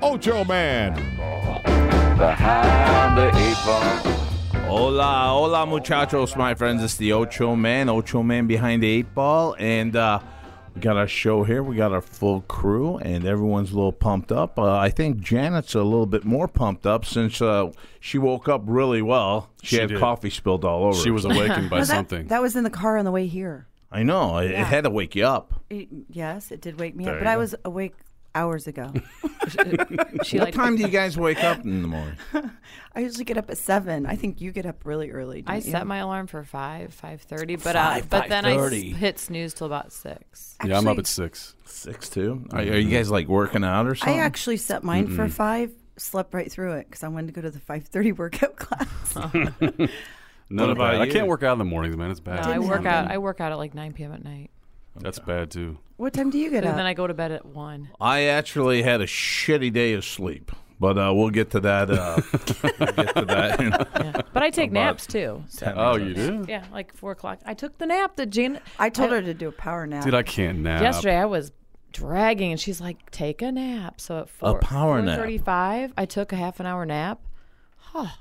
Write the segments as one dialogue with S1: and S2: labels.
S1: Ocho Man.
S2: Behind the eight ball.
S3: Hola, hola, muchachos, my friends. It's the Ocho Man, Ocho Man behind the eight ball, and uh, we got our show here. We got our full crew, and everyone's a little pumped up. Uh, I think Janet's a little bit more pumped up since uh, she woke up really well. She,
S4: She
S3: had
S4: did.
S3: coffee spilled all over.
S4: She
S3: her.
S4: was awakened by
S5: Well, that-
S4: something.
S5: That, was in the car on the way here.
S3: I know. It, it had to wake you up.
S5: It- yes, it did wake me
S4: There
S5: up, but
S4: you
S5: I
S4: go.
S5: was awake hours ago.
S6: She
S3: what
S6: like,
S3: time do you guys wake up in the morning?
S5: I usually get up at seven. I think you get up really early.
S6: I
S5: don't you?
S6: set my alarm for five, five thirty, but uh, but then I s- hit snooze till about six.
S4: yeah, I'm up
S5: actually-
S4: at six.
S3: Six two. Are, are you guys like working out or
S5: I
S3: something?
S5: actually set mine for five. Slept right through it because I wanted to go to the five thirty workout class.
S4: None
S3: What
S4: of
S3: about
S4: that. I
S3: you?
S4: can't work out in the mornings, man. It's
S6: No,
S4: bad.
S6: I work out. I work out at like nine p.m. at night,
S4: That's bad too.
S5: what time do you get
S6: and then
S5: up?
S6: I go to bed at one.
S3: I actually had a shitty day of sleep, but uh, we'll get to that. Uh, we'll get to that. in
S6: Yeah. But I take
S3: About-
S6: naps too. So,
S4: Oh, you do?
S6: yeah, like four o'clock. I took the nap that Jan
S5: I, told her to do a power nap.
S4: Dude, I can't nap.
S6: yesterday. I was dragging, and she's like, "Take a nap." So at four,
S3: power nap.
S6: Thirty-five. I took a half an hour nap.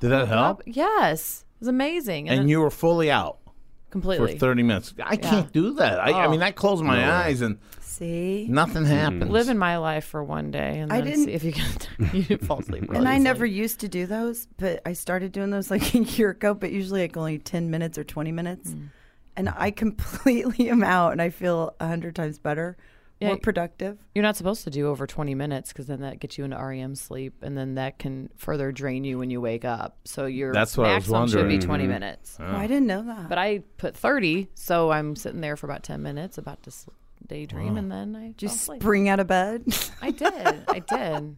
S3: Did that help?
S6: Yes, it was amazing.
S3: and
S6: then-
S3: you were fully out for
S6: completely
S3: 30 minutes. I can't do that. I, I
S6: Oh.
S3: mean, I closed my eyes and
S5: See,
S3: nothing happens.
S6: living my life for one day, and
S5: I
S6: then
S5: didn't-
S6: see if you can you fall asleep. really
S5: and I
S6: easily.
S5: never used to do those, but I started doing those like a year ago. But usually, like only ten minutes or twenty minutes,
S6: Mm.
S5: and I completely am out, and I feel a hundred times better,
S6: Yeah,
S5: more
S6: y-
S5: productive.
S6: You're not supposed to do over 20 minutes because then that gets you into REM sleep, and then that can further drain you when you wake up. So your
S3: That's what I was
S6: maximum should be
S3: wondering. Uh-huh.
S6: 20 minutes.
S5: Oh, I didn't know that.
S6: But I put 30, so I'm sitting there for about 10 minutes, about to sl- daydream, and then I
S5: Just
S6: just sleep.
S5: spring out of bed,
S6: I did. I did.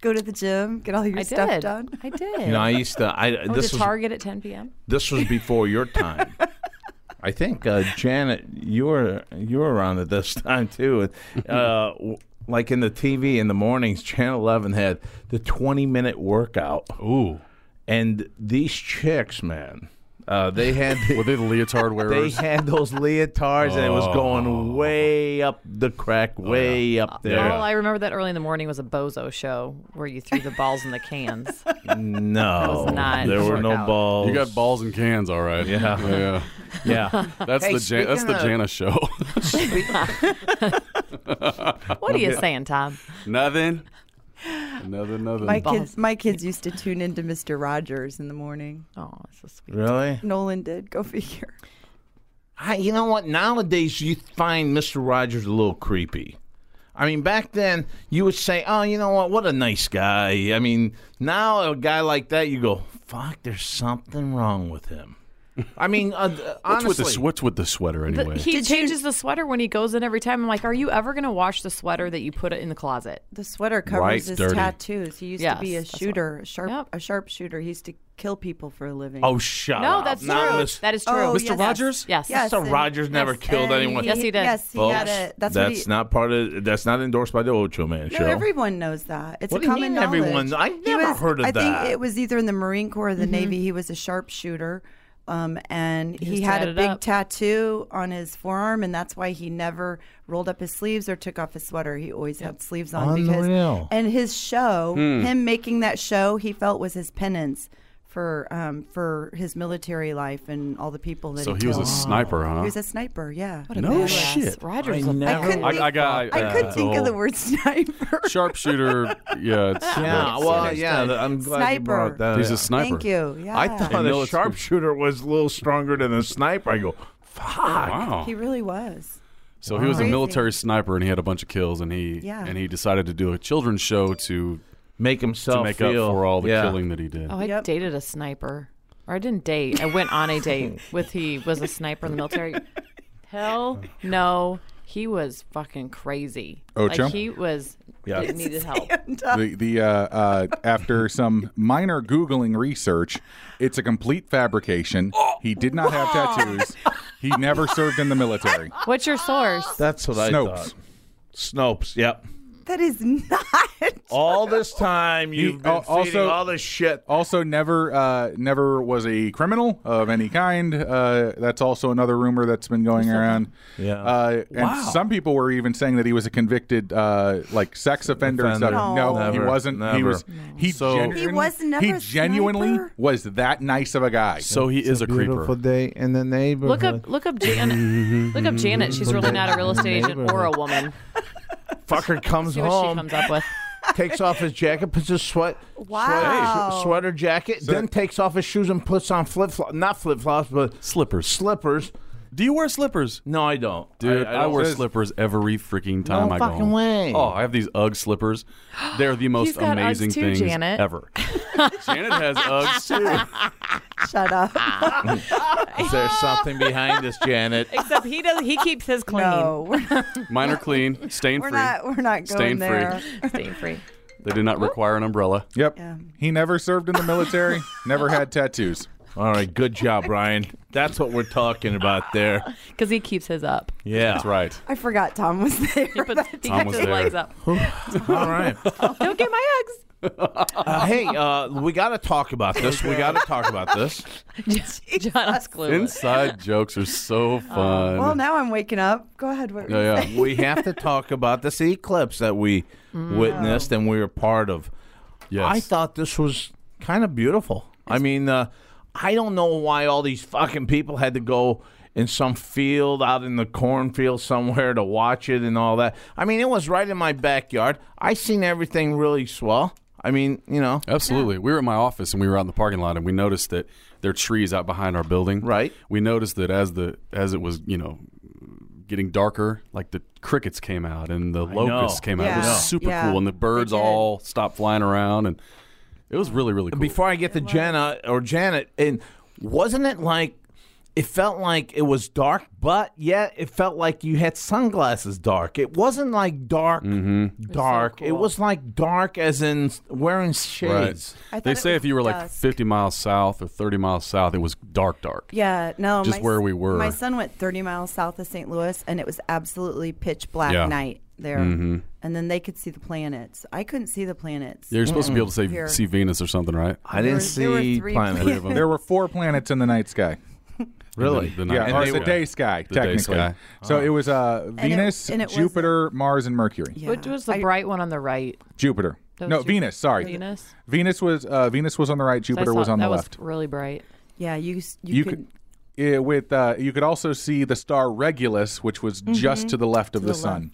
S5: go to the gym, get all your
S6: I
S5: stuff
S6: did.
S5: done.
S6: I did.
S3: You know, I used to. I,
S6: I went
S3: this
S6: to
S3: was
S6: Target at 10 p.m.
S3: this was before your time. I think uh, Janet, you were you were around at this time too. Uh, w- like in the TV in the mornings, Channel Eleven had the twenty minute workout,
S4: Ooh.
S3: and these chicks, man, uh, they had.
S4: Were they the leotard
S3: They
S4: wearers?
S3: had those leotards, and it was going way up the crack, way up there.
S4: Yeah.
S6: All I remember that early in the morning was a bozo show where you threw the balls in the cans.
S3: No,
S6: was not
S3: there
S6: a
S3: were no
S6: workout.
S3: balls.
S4: you got balls and cans, all right.
S3: Yeah.
S4: yeah.
S3: Yeah.
S4: That's
S3: Hey,
S4: the Jan- that's
S3: speaking
S4: the
S3: of-
S4: Jana show.
S6: What are you saying, Tom?
S4: nothing. Nothing. Nothing.
S5: My kids,
S6: Balls.
S5: my kids used to tune into Mister Rogers in the morning.
S6: Oh, it's so sweet.
S3: really?
S5: Nolan did. Go figure.
S3: I, you know what? Nowadays, you find Mister Rogers a little creepy. I mean, back then, you would say, "Oh, you know what? What a nice guy." I mean, now a guy like that, you go, "Fuck, there's something wrong with him." I mean, uh,
S4: what's
S3: honestly,
S4: with the s- what's with the sweater
S6: The-
S4: anyway?
S6: he changes the sweater when he goes in every time. I'm like, are you ever going to wash the sweater that you put it in the closet?
S5: The sweater covers
S4: Right,
S5: his
S4: dirty.
S5: tattoos. He used to be a
S6: Yes, that's what-
S5: shooter, a sharp,
S6: Yep.
S5: a sharp shooter. He used to kill people for a living.
S3: oh, shut
S6: No,
S3: up.
S6: that's
S3: Not
S6: true.
S3: Mis-
S6: That is true.
S5: Oh, Mr. yes.
S4: Rogers?
S6: Yes.
S5: Yes.
S3: Mister
S5: and-
S3: Rogers never
S5: yes,
S3: killed
S5: and
S3: anyone.
S6: Yes, he did.
S5: Yes, he had
S3: Folks,
S5: it. That's, what he.
S3: not part of. That's not endorsed by the Ocho Man
S5: no,
S3: show.
S5: everyone knows that. It's
S3: What
S5: a
S3: do you
S5: common
S3: mean everyone?
S5: knowledge.
S3: I've
S5: He
S3: never
S5: was-
S3: heard of
S5: I
S3: that. Mm-hmm.
S5: think it was either in the Marine Corps or the Navy. He was a sharpshooter, um, and he,
S6: was
S5: had a
S6: tatted
S5: big
S6: up.
S5: tattoo on his forearm, and that's why he never rolled up his sleeves or took off his sweater. He always had sleeves on
S3: Unreal.
S5: because. And his show,
S4: Hmm.
S5: him making that show, he felt was his penance. For um, for his military life and all the people that
S4: so
S5: he,
S4: he was a
S5: killed.
S4: sniper, huh?
S5: He was a sniper, yeah.
S4: no
S6: Badass.
S4: shit.
S6: Rogers.
S3: I
S6: was a
S3: never-
S6: badass.
S5: couldn't
S4: I, I got.
S5: I
S4: uh,
S5: could
S4: the
S5: think of the
S4: whole
S5: word sniper.
S4: Sharpshooter. Yeah. It's,
S3: Yeah,
S4: that's-
S3: well, yeah. th- I'm glad you brought
S5: Sniper.
S3: that.
S4: He's
S3: up.
S4: a sniper.
S5: Thank you. Yeah.
S3: I thought
S4: And
S3: a
S4: military.
S3: sharpshooter was a little stronger than a sniper. I go, fuck.
S4: Wow.
S5: he really was.
S4: So he was a
S5: Crazy.
S4: military sniper, and he had a bunch of kills, and he
S5: Yeah.
S4: and he decided to do a children's show to
S3: Make
S4: to
S3: himself
S4: make
S3: feel,
S4: up for all the
S3: yeah.
S4: killing that he did.
S6: Oh, I
S5: Yep.
S6: dated a sniper. Or I didn't date. I went on a date with he was a sniper in the military. Hell no. He was fucking crazy.
S7: Ocho?
S6: Like he was
S3: Yeah.
S6: yeah. needed help.
S5: And, uh,
S7: the the uh, uh, after some minor googling research, it's a complete fabrication. He did not have tattoos. He never served in the military.
S6: What's your source?
S3: That's what
S7: Snopes.
S3: I thought. Snopes. Yep.
S5: that is not.
S3: All this time you've been
S7: al- also-
S3: feeding all this shit.
S7: Also, never uh, never was a criminal of any kind. Uh, that's also another rumor that's been going around.
S3: Yeah.
S7: Uh, and some people were even saying that he was a convicted uh, like sex offender. and stuff.
S5: Offender.
S7: No,
S5: No.
S7: he
S3: Never,
S7: wasn't. He
S3: never.
S7: was. He,
S4: So-
S7: genuinely,
S5: He was never
S7: he
S5: a
S7: genuinely
S5: sniper?
S7: was that nice of a guy.
S4: So he is a
S8: Beautiful
S4: creeper.
S8: day in the neighborhood.
S6: Look up, look up Janet. look up Janet. She's really not a real estate agent or a woman.
S3: Fucker comes
S6: See what she
S3: home,
S6: comes up with.
S3: takes off his jacket, puts his sweat
S5: Wow.
S3: sweater, sweater jacket, then takes off his shoes and puts on flip flops. Not flip flops, but
S4: Slippers.
S3: slippers.
S4: Do you wear slippers?
S3: No, I don't,
S4: Dude, I,
S3: don't-
S4: wear
S3: Says-
S4: slippers every freaking time
S3: No
S4: I go
S3: fucking
S4: home.
S3: way.
S4: Oh, I have these UGG slippers. They're the most
S6: got Uggs
S4: amazing
S6: too,
S4: things
S6: Janet.
S4: ever. Janet has UGGs too.
S5: Shut up.
S3: Is there something behind this, Janet?
S6: Except he does. He keeps his clean.
S5: No, we're not,
S4: Mine are clean, stain
S5: we're
S4: free.
S5: not, we're not going
S4: Stain free.
S5: there.
S6: Stay free.
S4: They did not require an umbrella.
S7: Yep.
S5: Yeah.
S7: He never served in the military, never had tattoos.
S3: All right, good job, Brian. That's what we're talking about there.
S6: Because he keeps his up.
S3: Yeah.
S4: That's right.
S5: I forgot Tom was there.
S6: He puts he keeps
S4: was
S6: his
S4: there.
S6: legs up.
S3: All right.
S6: Don't get my eggs.
S3: Uh, hey, uh, we got to talk about this. We got to talk about this.
S6: John was clueless.
S4: Inside jokes are so fun.
S5: well, now I'm waking up. Go ahead. What were you
S4: yeah,
S5: saying?
S4: yeah.
S3: We have to talk about this eclipse that we witnessed and we were part of.
S4: Yes.
S3: I thought this was kind of beautiful. I mean, uh, I don't know why all these fucking people had to go in some field out in the cornfield somewhere to watch it and all that. I mean, it was right in my backyard. I seen everything really swell. I mean, you know,
S4: Absolutely. We were at my office and we were out in the parking lot and we noticed that there are trees out behind our building.
S3: Right.
S4: We noticed that as the as it was, you know, getting darker, like the crickets came out and the locusts
S3: know.
S4: came out. It
S5: Yeah.
S4: was super
S5: Yeah.
S4: cool and the birds
S5: They did.
S4: all stopped flying around and it was really really cool.
S3: before I get to Jenna or Janet, and wasn't it like it felt like it was dark, but yet it felt like you had sunglasses dark. It wasn't like dark, dark. Mm-hmm. It
S6: cool.
S3: was like dark as in wearing shades.
S4: right.
S5: I
S4: They
S5: thought it
S4: say
S5: was
S4: if you were like
S5: dusk.
S4: 50 miles south or 30 miles south, it was dark dark.
S5: Yeah, no.
S4: Just
S5: my
S4: where
S5: s-
S4: we were.
S5: My son went 30 miles south of St. Louis, and it was absolutely pitch black
S4: Yeah. Mm-hmm.
S5: night there. And then they could see the planets. I couldn't see the planets.
S4: You're supposed to be able to say,
S5: Here.
S4: see Venus or something, right?
S3: I didn't
S5: There were- there were
S3: see
S5: three
S3: planets.
S5: planets.
S7: There were four planets in the night sky.
S3: Really?
S4: The, the
S7: Yeah,
S4: night
S7: or
S4: sky.
S7: the day sky,
S4: The day
S7: technically.
S4: sky. Uh-huh.
S7: So it was uh,
S5: it-
S7: Venus,
S5: and it was-
S7: Jupiter, Mars, and Mercury.
S5: Yeah.
S6: Which was the
S5: I-
S6: bright one on the right?
S7: Jupiter.
S6: That was
S7: no,
S6: Jupiter.
S7: Venus. Sorry,
S6: Venus?
S7: Venus was uh, Venus was on the right.
S6: So I
S7: Jupiter
S6: saw-
S7: was on the
S6: that
S7: left.
S6: was really bright.
S5: Yeah, you s- you,
S7: you
S5: could,
S7: could. eh, with uh, you could also see the star Regulus, which was just to the left of the, sun.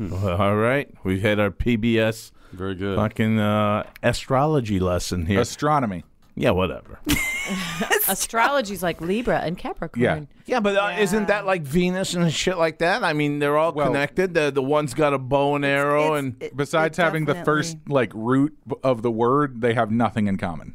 S3: All right, we've had our PBS
S4: Very good.
S3: fucking uh, astrology lesson here.
S7: Astronomy.
S3: yeah, whatever.
S6: Astrology's like Libra and Capricorn.
S3: Yeah, but uh, isn't that like Venus and shit like that? I mean, they're all
S7: Well-
S3: connected. The the one's got a bow and
S4: Oh,
S3: arrow,
S5: It's-
S3: and
S5: it-
S7: Besides
S5: it
S7: having the first
S5: definitely-
S7: like root b- of the word, they have nothing in common.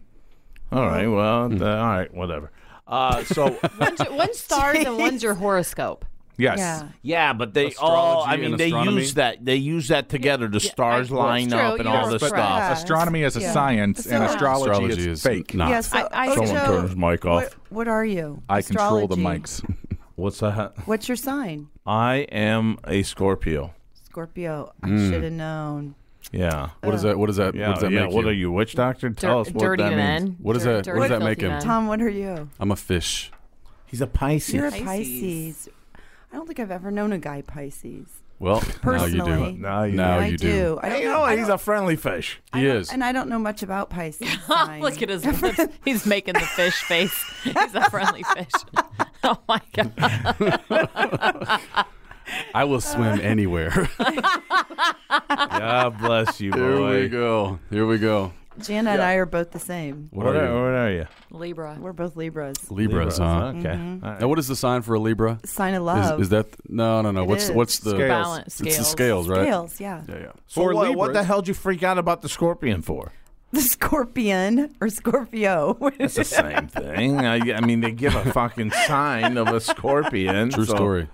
S3: all right, well, uh, all right, whatever. Uh, so
S6: One's, one's stars and one's your horoscope.
S7: Yes.
S5: Yeah.
S3: yeah, but they all. I
S4: Astrology
S3: mean,
S4: and
S3: they
S4: astronomy.
S3: use that. They use that together. The stars
S6: I- well,
S3: line
S6: it's true,
S3: up and
S6: you're
S3: all this
S6: correct.
S3: stuff.
S5: Yeah.
S7: Astronomy is a
S5: Yeah.
S7: science, and
S5: It's a science.
S7: astrology,
S4: Astrology
S7: is
S4: is
S7: fake.
S4: not.
S5: Yeah, so
S6: I- I-
S5: Ocho,
S6: Someone
S3: turn his mic off.
S5: What, what are you?
S7: I control the
S5: Astrology.
S7: mics.
S3: What's that?
S5: What's your sign?
S3: I am a Scorpio.
S5: Scorpio. I should have known.
S3: Yeah.
S4: What does that? What does that?
S3: Yeah,
S4: what does that
S3: yeah.
S4: make
S3: what
S4: you?
S3: are you, witch doctor? Tell us what
S6: dirty
S3: that
S6: men.
S3: means.
S4: What does
S6: Dir-
S4: that- what does
S6: dirty,
S4: that make
S6: filthy
S4: him?
S6: men.
S5: Tom, what are you?
S4: I'm a fish.
S3: He's a Pisces.
S5: You're a Pisces.
S6: Pisces.
S5: I don't think I've ever known a guy Pisces.
S4: Well, now you
S5: Personally.
S4: do.
S3: Now you
S4: now
S5: I
S4: you do.
S5: I don't
S3: you
S5: know.
S3: know,
S5: I
S3: he's
S5: don't-
S3: a friendly fish.
S5: I
S4: He
S5: don't-
S4: is.
S5: and I don't know much about Pisces. signs.
S6: Look at his lips. He's making the fish face. He's a friendly fish. Oh my god.
S4: I will swim anywhere.
S3: God bless you,
S4: Here we
S3: boy.
S4: go. Here we go.
S5: Jana and I are both the same.
S4: What,
S3: What
S4: are,
S3: are,
S4: you?
S3: what are you?
S6: Libra.
S5: We're both Libras.
S4: Libras, huh?
S3: Okay.
S5: Mm-hmm.
S3: All right.
S4: Now, what is the sign for a Libra?
S5: Sign of
S4: Is,
S5: love.
S4: is that no, no, no?
S5: It
S4: what's
S5: is.
S4: what's the
S7: Scales.
S6: Balance
S4: It's the
S6: scales.
S4: scales, right?
S5: Scales, yeah.
S4: Yeah, yeah.
S3: So
S7: For
S3: what, what the
S7: Libras-
S3: hell did you freak out about the scorpion for?
S5: The scorpion or Scorpio.
S3: It's the same thing. I, I mean, they give a fucking sign of a scorpion.
S4: True
S3: so-
S4: story.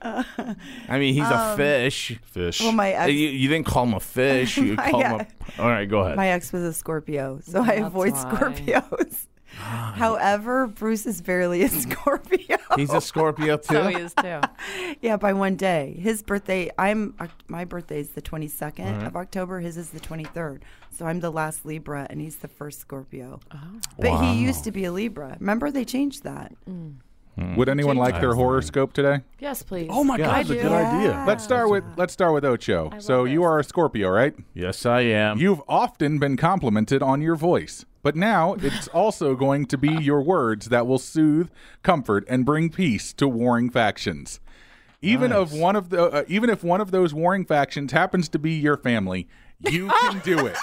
S3: I mean, he's a fish.
S4: Fish.
S5: Um, Well, my ex,
S3: you, you didn't call him a fish. You
S5: My
S3: called him. A, all right, go ahead.
S5: my ex was a Scorpio, so I
S6: That's
S5: avoid
S6: why.
S5: Scorpios. However, Bruce is barely a Scorpio.
S3: he's a Scorpio too.
S6: So he is too.
S5: yeah, by one day. His birthday, I'm Oc- my birthday is the 22nd of October. His is the 23rd. So I'm the last Libra, and he's the first Scorpio.
S4: Oh.
S5: But he used to be a Libra. Remember, they changed that.
S6: Mm.
S7: Would anyone like their horoscope today?
S6: Yes, please.
S4: oh my
S7: Yeah.
S4: God,
S7: I
S4: that's a
S6: do.
S4: good idea.
S5: Ah,
S7: Let's start with let's start with Ocho. So you are a Scorpio, right?
S3: Yes, I am.
S7: You've often been complimented on your voice, but now it's also going to be your words that will soothe, comfort, and bring peace to warring factions. Even of one of the uh, even if one of those warring factions happens to be your family, you can do it.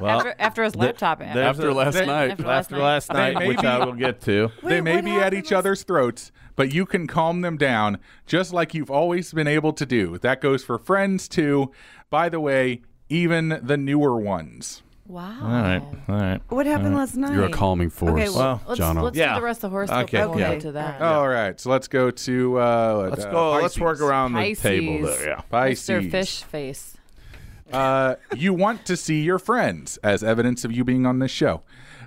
S3: Well,
S8: after, after his laptop app.
S3: there's
S4: After
S3: a-
S4: last
S3: there-
S4: night.
S3: after last last night,
S7: They
S3: which
S7: may
S3: I
S7: be-
S3: will get to.
S7: they may
S5: what
S7: be at
S5: happened
S7: each
S5: was-
S7: other's throats, but you can calm them down just like you've always been able to do. That goes for friends too. By the way, even the newer ones.
S6: Wow.
S3: All right, all right.
S5: What happened last night?
S4: Uh, You're a calming force,
S5: Okay, well,
S6: Let's,
S4: Jono.
S6: let's
S3: Yeah.
S6: do the rest of the horoscope.
S3: Okay,
S6: and We'll
S5: yeah.
S6: get to that.
S7: All right, so let's go to uh,
S3: Let's
S7: uh,
S3: go. Let's work
S7: Pisces.
S3: around the
S6: Pisces.
S3: table there. Yeah.
S7: Pisces.
S6: Mr. Fish Face.
S7: Uh, you want to see your friends as evidence of you being on this show,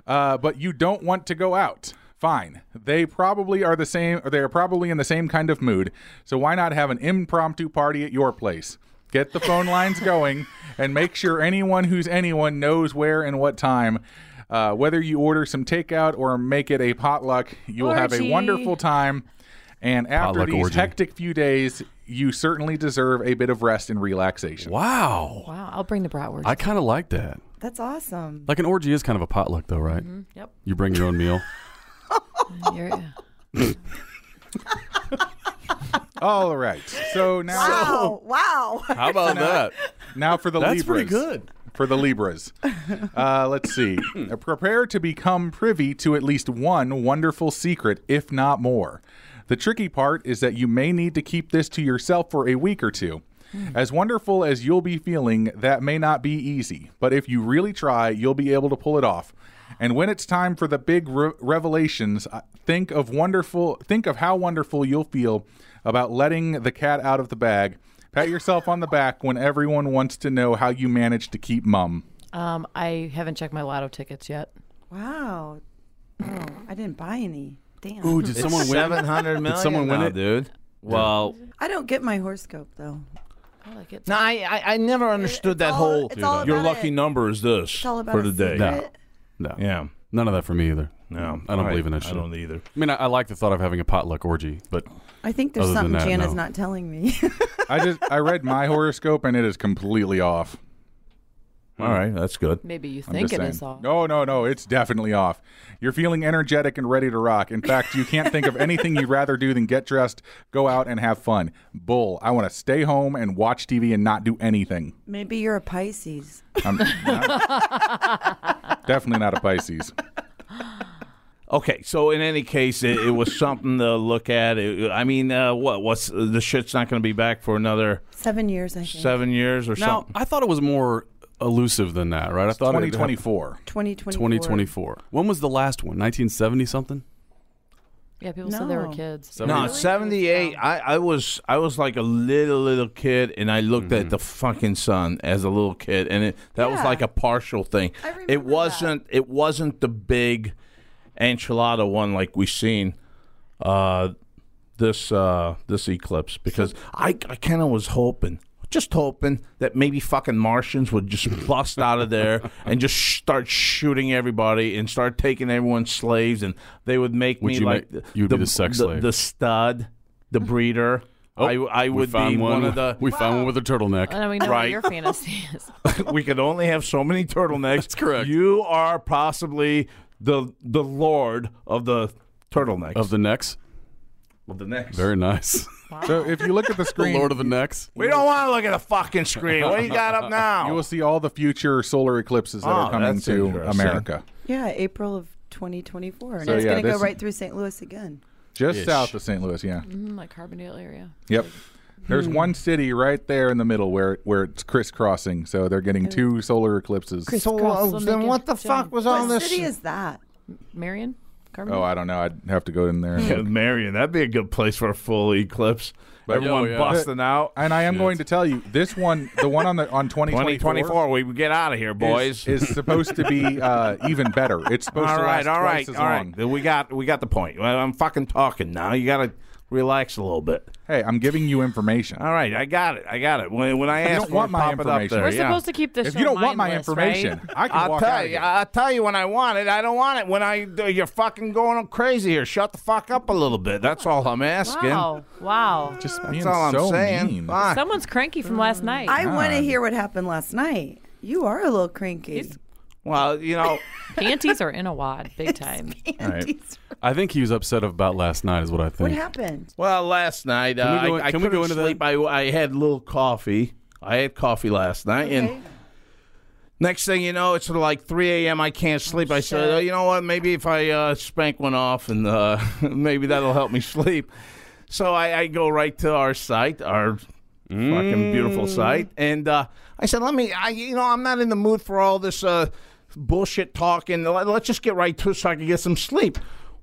S7: uh, but you don't want to go out. Fine. They probably are the same. Or they are probably in the same kind of mood. So why not have an impromptu party at your place? Get the phone lines going and make sure anyone who's anyone knows where and what time. Uh, whether you order some takeout or make it a potluck, you will have a
S6: Orgy.
S7: wonderful time. And after
S4: Potluck
S7: these
S4: orgy.
S7: hectic few days, you certainly deserve a bit of rest and relaxation.
S4: Wow.
S6: Wow. I'll bring the bratwurst.
S4: I kind of like that.
S5: That's awesome.
S4: Like an orgy is kind of a potluck, though, right?
S6: Yep.
S4: You bring your own meal.
S6: You're,
S7: All right. So now,
S5: Wow! Wow!
S4: How about
S3: uh,
S4: that?
S7: now for the
S4: That's
S7: Libras.
S4: pretty good.
S7: For the Libras. Uh, let's see. Uh, Prepare to become privy to at least one wonderful secret, if not more. The tricky part is that you may need to keep this to yourself for a week or two. As wonderful as you'll be feeling, that may not be easy, but if you really try, you'll be able to pull it off. And when it's time for the big re- revelations, uh, think of wonderful. Think of how wonderful you'll feel about letting the cat out of the bag. Pat yourself on the back when everyone wants to know how you managed to keep mum.
S6: um, I haven't checked my lotto tickets yet.
S5: Wow! Oh, I didn't buy any. Damn.
S4: Ooh, did someone win?
S3: Seven hundred million.
S4: someone win
S3: now,
S4: it?
S3: dude? Well,
S5: I don't get my horoscope though.
S6: I like it.
S3: no, I, I I never understood that
S5: all-
S3: whole.
S5: it's all
S3: your
S5: about
S3: lucky
S5: it.
S3: number is this
S5: It's all about
S3: for
S5: a
S3: today.
S5: secret.
S4: No.
S3: Yeah.
S4: None of that for me either.
S3: No,
S4: I don't believe in that shit.
S3: I don't e either.
S4: I mean, I, I like the thought of having a potluck orgy, but
S5: I think there's
S4: Other than
S5: something
S4: that,
S5: Jana's
S4: no.
S5: not telling me.
S7: I just I read my horoscope and it is completely off.
S3: All right, that's good.
S6: Maybe you
S7: I'm
S6: think
S7: just
S6: it
S7: saying.
S6: is all.
S7: No, no, no. It's definitely off. You're feeling energetic and ready to rock. In fact, you can't think of anything you'd rather do than get dressed, go out, and have fun. Bull. I want to stay home and watch TV and not do anything.
S5: Maybe you're a Pisces.
S7: I'm not- definitely not a Pisces.
S3: Okay, so in any case, it, it was something to look at. It- I mean, uh, what? What's the shit's not going to be back for another
S5: Seven years, I think.
S3: seven years or
S4: now
S3: something?
S4: I thought it was more elusive than that, right? I thought it-
S7: 2024.
S5: 2024.
S4: 2024. When was the last one? 1970 something?
S6: Yeah, people said they were
S5: No.
S6: kids.
S3: No, seventy eight. I, I was I was like a little little kid, and I looked
S4: Mm-hmm.
S3: at the fucking sun as a little kid, and it that was
S5: Yeah.
S3: like a partial thing.
S5: I remember
S3: it
S5: that.
S3: wasn't it wasn't the big enchilada one like we seen uh, this uh, this eclipse because I I kind of was hoping. Just hoping that maybe fucking Martians would just bust out of there and just sh- start shooting everybody and start taking everyone's slaves and they would make
S4: Would
S3: me
S4: you
S3: like
S4: make- you would be the sex slave.
S3: the stud, the breeder. I, I
S4: We
S3: would
S4: found
S3: be Oh, one, of the.
S4: We found one with a turtleneck.
S6: And we know
S3: Right.
S6: what your fantasy is.
S3: we could only have so many turtlenecks. That's
S4: correct.
S3: You are possibly the the lord of the turtlenecks.
S4: Of the necks.
S3: of the necks.
S4: Very nice.
S7: So if you look at the
S4: the
S7: screen,
S4: Lord of the Necks.
S3: we don't want to look at a fucking screen. What do you got up now?
S7: you will see all the future solar eclipses that
S3: Oh,
S7: are coming
S3: that's
S7: to
S3: interesting.
S7: America.
S5: Yeah, April of 2024. And
S7: So,
S5: it's
S7: yeah,
S5: going to go
S7: this-
S5: right through St. Louis again.
S7: Just
S4: Ish.
S7: south of St. Louis, yeah.
S6: Mm, like Carbondale area.
S7: Yep. There's one city right there in the middle where where it's crisscrossing, so they're getting two solar eclipses.
S3: uh,
S6: Crisscross, we'll
S3: then
S6: make it
S3: what the
S6: jump.
S3: fuck was on
S5: what
S3: this?
S5: city is that?
S6: Marion? Carmen?
S7: Oh, I don't know. I'd have to go in there. and
S3: Yeah,
S7: look.
S3: Marion, that'd be a good place for a full eclipse. Everyone
S4: Oh, yeah.
S3: busting out.
S7: And I am going to tell you this one, the one on the on 2024
S3: 2024, we get out of here, boys.
S7: is, is supposed to be uh, even better. It's supposed
S3: all
S7: to
S3: right,
S7: last
S3: all
S7: twice
S3: right,
S7: as
S3: all
S7: long.
S3: right. Then We got we got the point. Well, I'm fucking talking now. You gotta relax a little bit.
S7: Hey, I'm giving you information.
S3: All right, I got it. I got it. When, when I
S7: don't
S3: asked, for
S7: want
S3: it,
S7: my
S3: pop it up
S7: information.
S3: there,
S6: We're
S3: yeah.
S6: supposed to keep this.
S7: if
S6: show
S7: you don't want my
S6: mindless,
S7: information,
S6: right?
S7: I can
S3: I'll
S7: walk out
S3: tell
S7: of
S3: you.
S7: here.
S3: I'll tell you when I want it. I don't want it when I. You're fucking going crazy here. Shut the fuck up a little bit. That's all I'm asking.
S6: Wow, wow.
S7: Just
S3: That's
S7: being
S3: all I'm
S7: so
S3: saying.
S7: mean.
S3: Fuck.
S6: Someone's cranky from last night.
S5: I want to
S7: God.
S5: hear what happened last night. You are a little cranky.
S6: He's-
S3: Well, you know,
S6: Panties are in a wad, big time.
S4: I think he was upset about last night, is what I
S5: What
S4: think.
S5: happened?
S3: well, last night uh,
S4: we go in-
S3: I, I
S4: can we
S3: couldn't
S4: go into that?
S3: sleep. I, I had a little coffee. I had coffee last night, and next thing you know, it's like 3 a.m. I can't sleep. I said,
S6: shit.
S3: oh, you know what? Maybe if I uh, spank one off, and uh, maybe that'll help me sleep. So I, I go right to our site, our fucking beautiful site, and uh, I said, "Let me, I, you know, I'm not in the mood for all this uh, bullshit talking. Let- Let's just get right to it so I can get some sleep."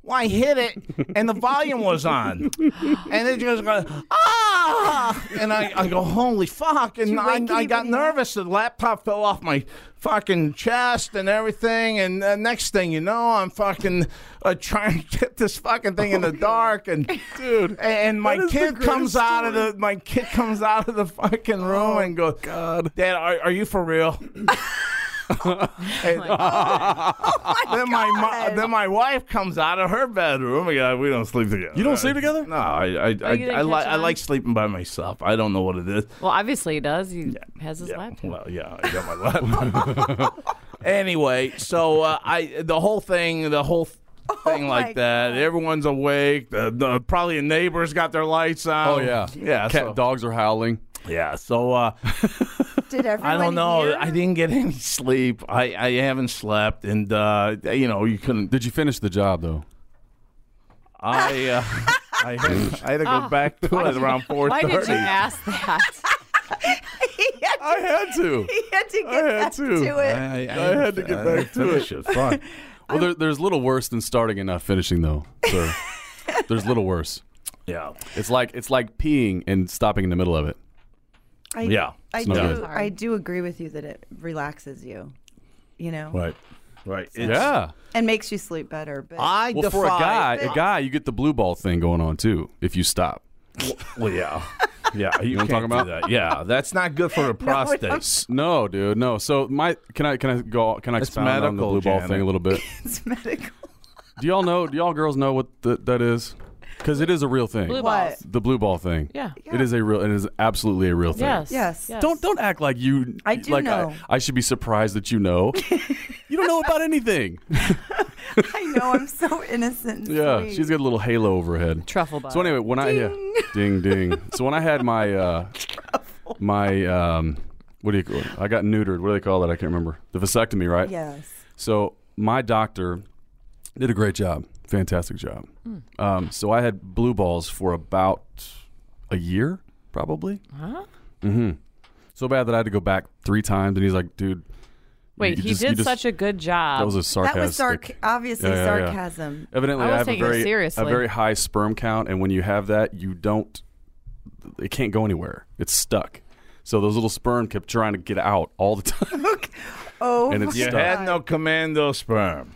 S3: Well, I hit it, and the volume was on, and it just goes ah, and I, I go, "Holy fuck!" And I,
S5: wake
S3: I got
S5: anybody up?
S3: nervous. The laptop fell off my fucking chest and everything, and uh, next thing you know, I'm fucking uh, trying to get this fucking thing in the dark, and dude, and my
S5: is the
S3: kid comes
S5: greatest
S3: out of the my kid comes out of the fucking room and goes, "God, Dad, are, are you for real?" And- then my mo- then my wife comes out of her bedroom. We, got, we don't sleep together.
S4: You don't sleep together?
S3: No, I I I,
S6: you didn't
S3: I, li-
S6: catch
S3: I
S6: on?
S3: like sleeping by myself. I don't know what it is.
S6: Well, obviously he does. He has his laptop.
S3: Well, yeah, I got my laptop. anyway, so uh, I the whole thing, the whole
S6: Oh
S3: thing
S5: my
S3: like that. Everyone's awake. The, the, probably the neighbors got their lights on.
S4: Oh yeah,
S3: yeah,
S4: Cat,
S3: so,
S4: dogs are howling.
S3: yeah. So uh,
S5: Did everyone?
S3: I don't know.
S5: Hear?
S3: I didn't get any sleep. I, I haven't slept, and uh, you know, you couldn't.
S4: Did you finish the job though?
S3: I. Uh, I had, I had to go back to it around four
S6: Ah. Why did you
S3: thirty.
S6: ask that?
S5: he had to,
S4: I had to.
S5: he had to get
S4: had
S5: back
S4: to.
S5: to, it.
S4: I had to get back to it.
S3: Fuck.
S4: Well, there, there's little worse than starting and not finishing though, sir. there's little worse.
S3: Yeah.
S4: It's like it's like peeing and stopping in the middle of it.
S5: I,
S3: Yeah,
S5: I
S4: it's not
S5: do.
S4: good.
S5: I do agree with you that it relaxes you, you know,
S3: Right. Right. It's-
S4: yeah.
S5: and makes you sleep better. But
S3: I
S4: Well,
S3: defy,
S4: for a guy,
S5: but-
S4: a guy, you get the blue ball thing going on too if you stop.
S3: Well, yeah. Yeah, you,
S4: know what I'm
S3: can't
S4: talking
S3: do
S4: about?
S3: that. Yeah, that's not good for the prostate.
S4: No, dude, no. So my can I can I go can I
S3: It's
S4: expound on the
S3: medical,
S4: blue ball
S3: Janet.
S4: thing a little bit?
S5: it's medical.
S4: do y'all know? Do y'all girls know what th- that is? Because it is a real thing.
S6: Blue
S5: What?
S6: balls.
S4: the blue ball thing.
S6: Yeah.
S4: It is a real. It is absolutely a real thing.
S6: Yes.
S5: Yes.
S6: yes.
S4: Don't don't act like you.
S5: I do
S4: like
S5: know.
S4: I, I should be surprised that you know. you don't know about anything.
S5: I know. I'm so innocent. and
S4: Yeah,
S5: sweet.
S4: she's got a little halo over her head.
S6: truffle butter.
S4: So anyway, when I yeah, ding ding. so when I had my uh, my um, what do you call it? I got neutered. What do they call that? I can't remember. The vasectomy, right?
S5: Yes.
S4: So my doctor did a great job, fantastic job.
S6: Hmm.
S4: Um, so I had blue balls for about a year, probably.
S6: Huh?
S4: hmm So bad that I had to go back three times, and he's like, "Dude,
S6: Wait,
S4: you
S6: he
S4: just- you
S6: did
S4: just-
S6: such a good job.
S4: that was a
S5: That
S4: sarcastic."
S5: was sarc- obviously
S4: Yeah, yeah, yeah.
S5: sarcasm.
S4: Evidently,
S6: I
S4: I,
S6: was
S4: have a
S6: taking it
S4: very
S6: seriously.
S4: a very high sperm count, and when you have that, you don't. It can't go anywhere. It's stuck. So those little sperm kept trying to get out all the time.
S5: Oh,
S4: And it's-
S5: my
S3: You
S4: Stop.
S3: had no commando sperm.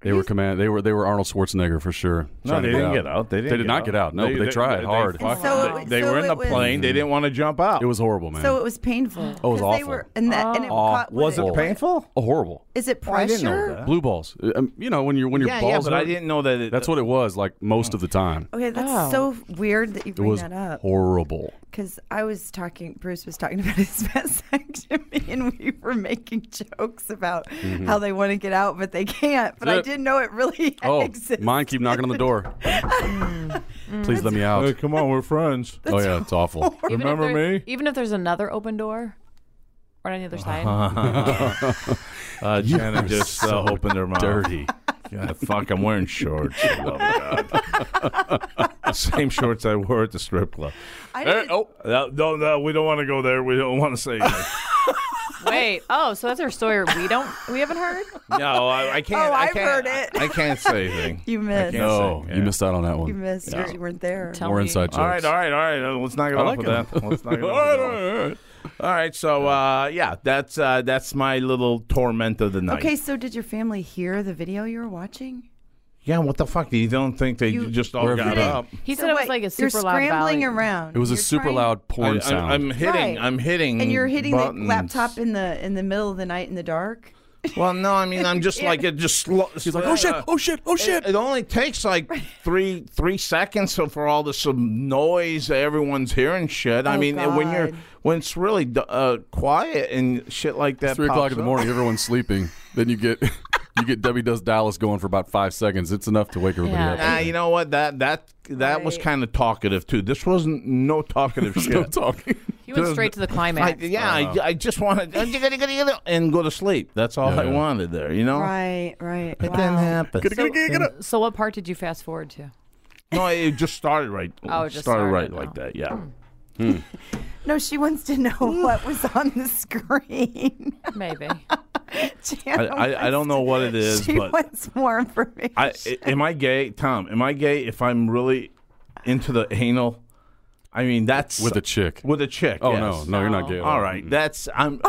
S4: they were command. They were they were Arnold Schwarzenegger for sure.
S3: No,
S4: trying to
S3: they didn't get out. They, didn't
S4: They did not get out. No, but they tried hard. And
S3: fucking-
S5: so it
S3: they
S5: was-
S3: they
S5: so
S3: were in
S5: it
S3: the
S5: was-
S3: plane. They didn't want to jump out.
S4: It was horrible, man.
S5: So it was painful.
S4: Oh, it was
S5: 'Cause They
S4: awful.
S5: were, and, that, and it
S4: Aw.
S5: caught,
S3: was
S4: it
S3: it painful?
S4: oh, horrible.
S5: Is it
S3: I didn't know
S5: pressure?
S3: that.
S4: Blue balls. Uh, um, you know when your when your
S3: Yeah, yeah,
S4: balls.
S3: but I
S4: hurt,
S3: didn't know that. It,
S4: That's what it was like most of the time.
S5: Okay, that's
S6: Oh.
S5: so weird that you
S4: It
S5: bring
S4: was
S5: that up.
S4: horrible.
S5: Because I was talking, Bruce was talking about his vasectomy, and we were making jokes about
S4: Mm-hmm.
S5: how they want to get out, but they can't. But I
S4: Yep.
S5: didn't know it really
S4: Oh,
S5: existed.
S4: mine keep knocking on the door. Please let me out.
S3: Hey, come on, we're friends.
S4: oh yeah, it's awful.
S6: Even if
S3: Remember
S6: there-
S3: me?
S6: Even if there's another open door, or on the other side.
S3: Uh, Janet just uh, opened her mouth. Dirty. God, fuck, I'm wearing shorts. Oh, God. Same shorts I wore at the strip club.
S5: I
S3: Eh,
S5: didn't-
S3: oh, no, no, no, we don't want to go there. We don't want to say anything.
S6: Wait. Oh, so that's our story. We don't. We haven't heard.
S3: No, I, I can't.
S5: Oh,
S3: I
S5: I've
S3: can't,
S5: heard it.
S3: I, I can't say anything.
S5: You
S3: I
S5: missed.
S3: can't
S4: Oh,
S3: say, yeah.
S4: you missed out on that
S5: You
S4: one.
S5: missed because you weren't there.
S6: Tell
S4: More
S6: me.
S4: inside jokes.
S3: All right, all right, all right. Let's not get
S4: I
S3: off
S4: like
S3: with
S4: it.
S3: that. Let's not get
S4: All
S3: off
S4: right,
S3: with that.
S4: all right, all right.
S3: All right, so uh, yeah, that's uh, that's my little torment of the night.
S5: Okay, so did your family hear the video you were watching?
S3: Yeah, what the fuck? You don't think they
S5: You-
S3: just all
S4: Wherever
S3: got
S4: they-
S3: up?
S6: He
S5: So
S6: said it was
S5: wait,
S6: like a
S5: You're
S6: super loud
S5: scrambling
S6: volume.
S5: around.
S4: It was a
S5: You're
S4: super
S5: trying-
S4: loud porn
S3: I,
S4: sound.
S3: am hitting.
S5: Right.
S3: I'm hitting.
S5: And you're hitting the
S3: buttons.
S5: laptop in the in the middle of the night in the dark.
S3: Well, no, I mean I'm just like it. Just slo-
S4: She's like, oh shit, oh shit, oh shit.
S3: uh, It, it only takes like three three seconds so for all this um, noise that everyone's hearing shit. I
S5: Oh,
S3: mean, and when you're
S5: God.
S3: when it's really d- uh, quiet and shit like that.
S4: It's three o'clock
S3: pops
S4: in the
S3: up.
S4: morning. Everyone's sleeping. Then you get you get Debbie Does Dallas going for about five seconds. It's enough to wake everybody
S6: Yeah.
S4: up.
S3: Nah, you know what? That that that was
S5: Right.
S3: kind of talkative too. This wasn't no talkative shit.
S4: Still talking.
S6: He went straight to the
S3: I,
S6: climax.
S3: yeah, I, I just wanted and go to sleep. That's all I
S4: Yeah.
S3: wanted there, you know.
S5: Right, right.
S3: Oh. It
S5: wow.
S3: didn't happen.
S6: So what part did you fast forward to?
S3: No, it just started right.
S6: Oh, it just
S3: started,
S6: started,
S3: right
S6: oh.
S3: like that. Yeah.
S5: No, she wants to know what was on the screen.
S6: Maybe.
S3: I,
S5: Jana
S3: I, I don't know what it is,
S5: She
S3: but
S5: wants more information.
S3: I i- am I gay, Tom? Am I gay if I'm really into the anal? I mean, that's
S4: With a chick.
S3: With a chick.
S4: Oh
S3: yes.
S4: no, no, you're not gay. at
S3: All right, that's I'm.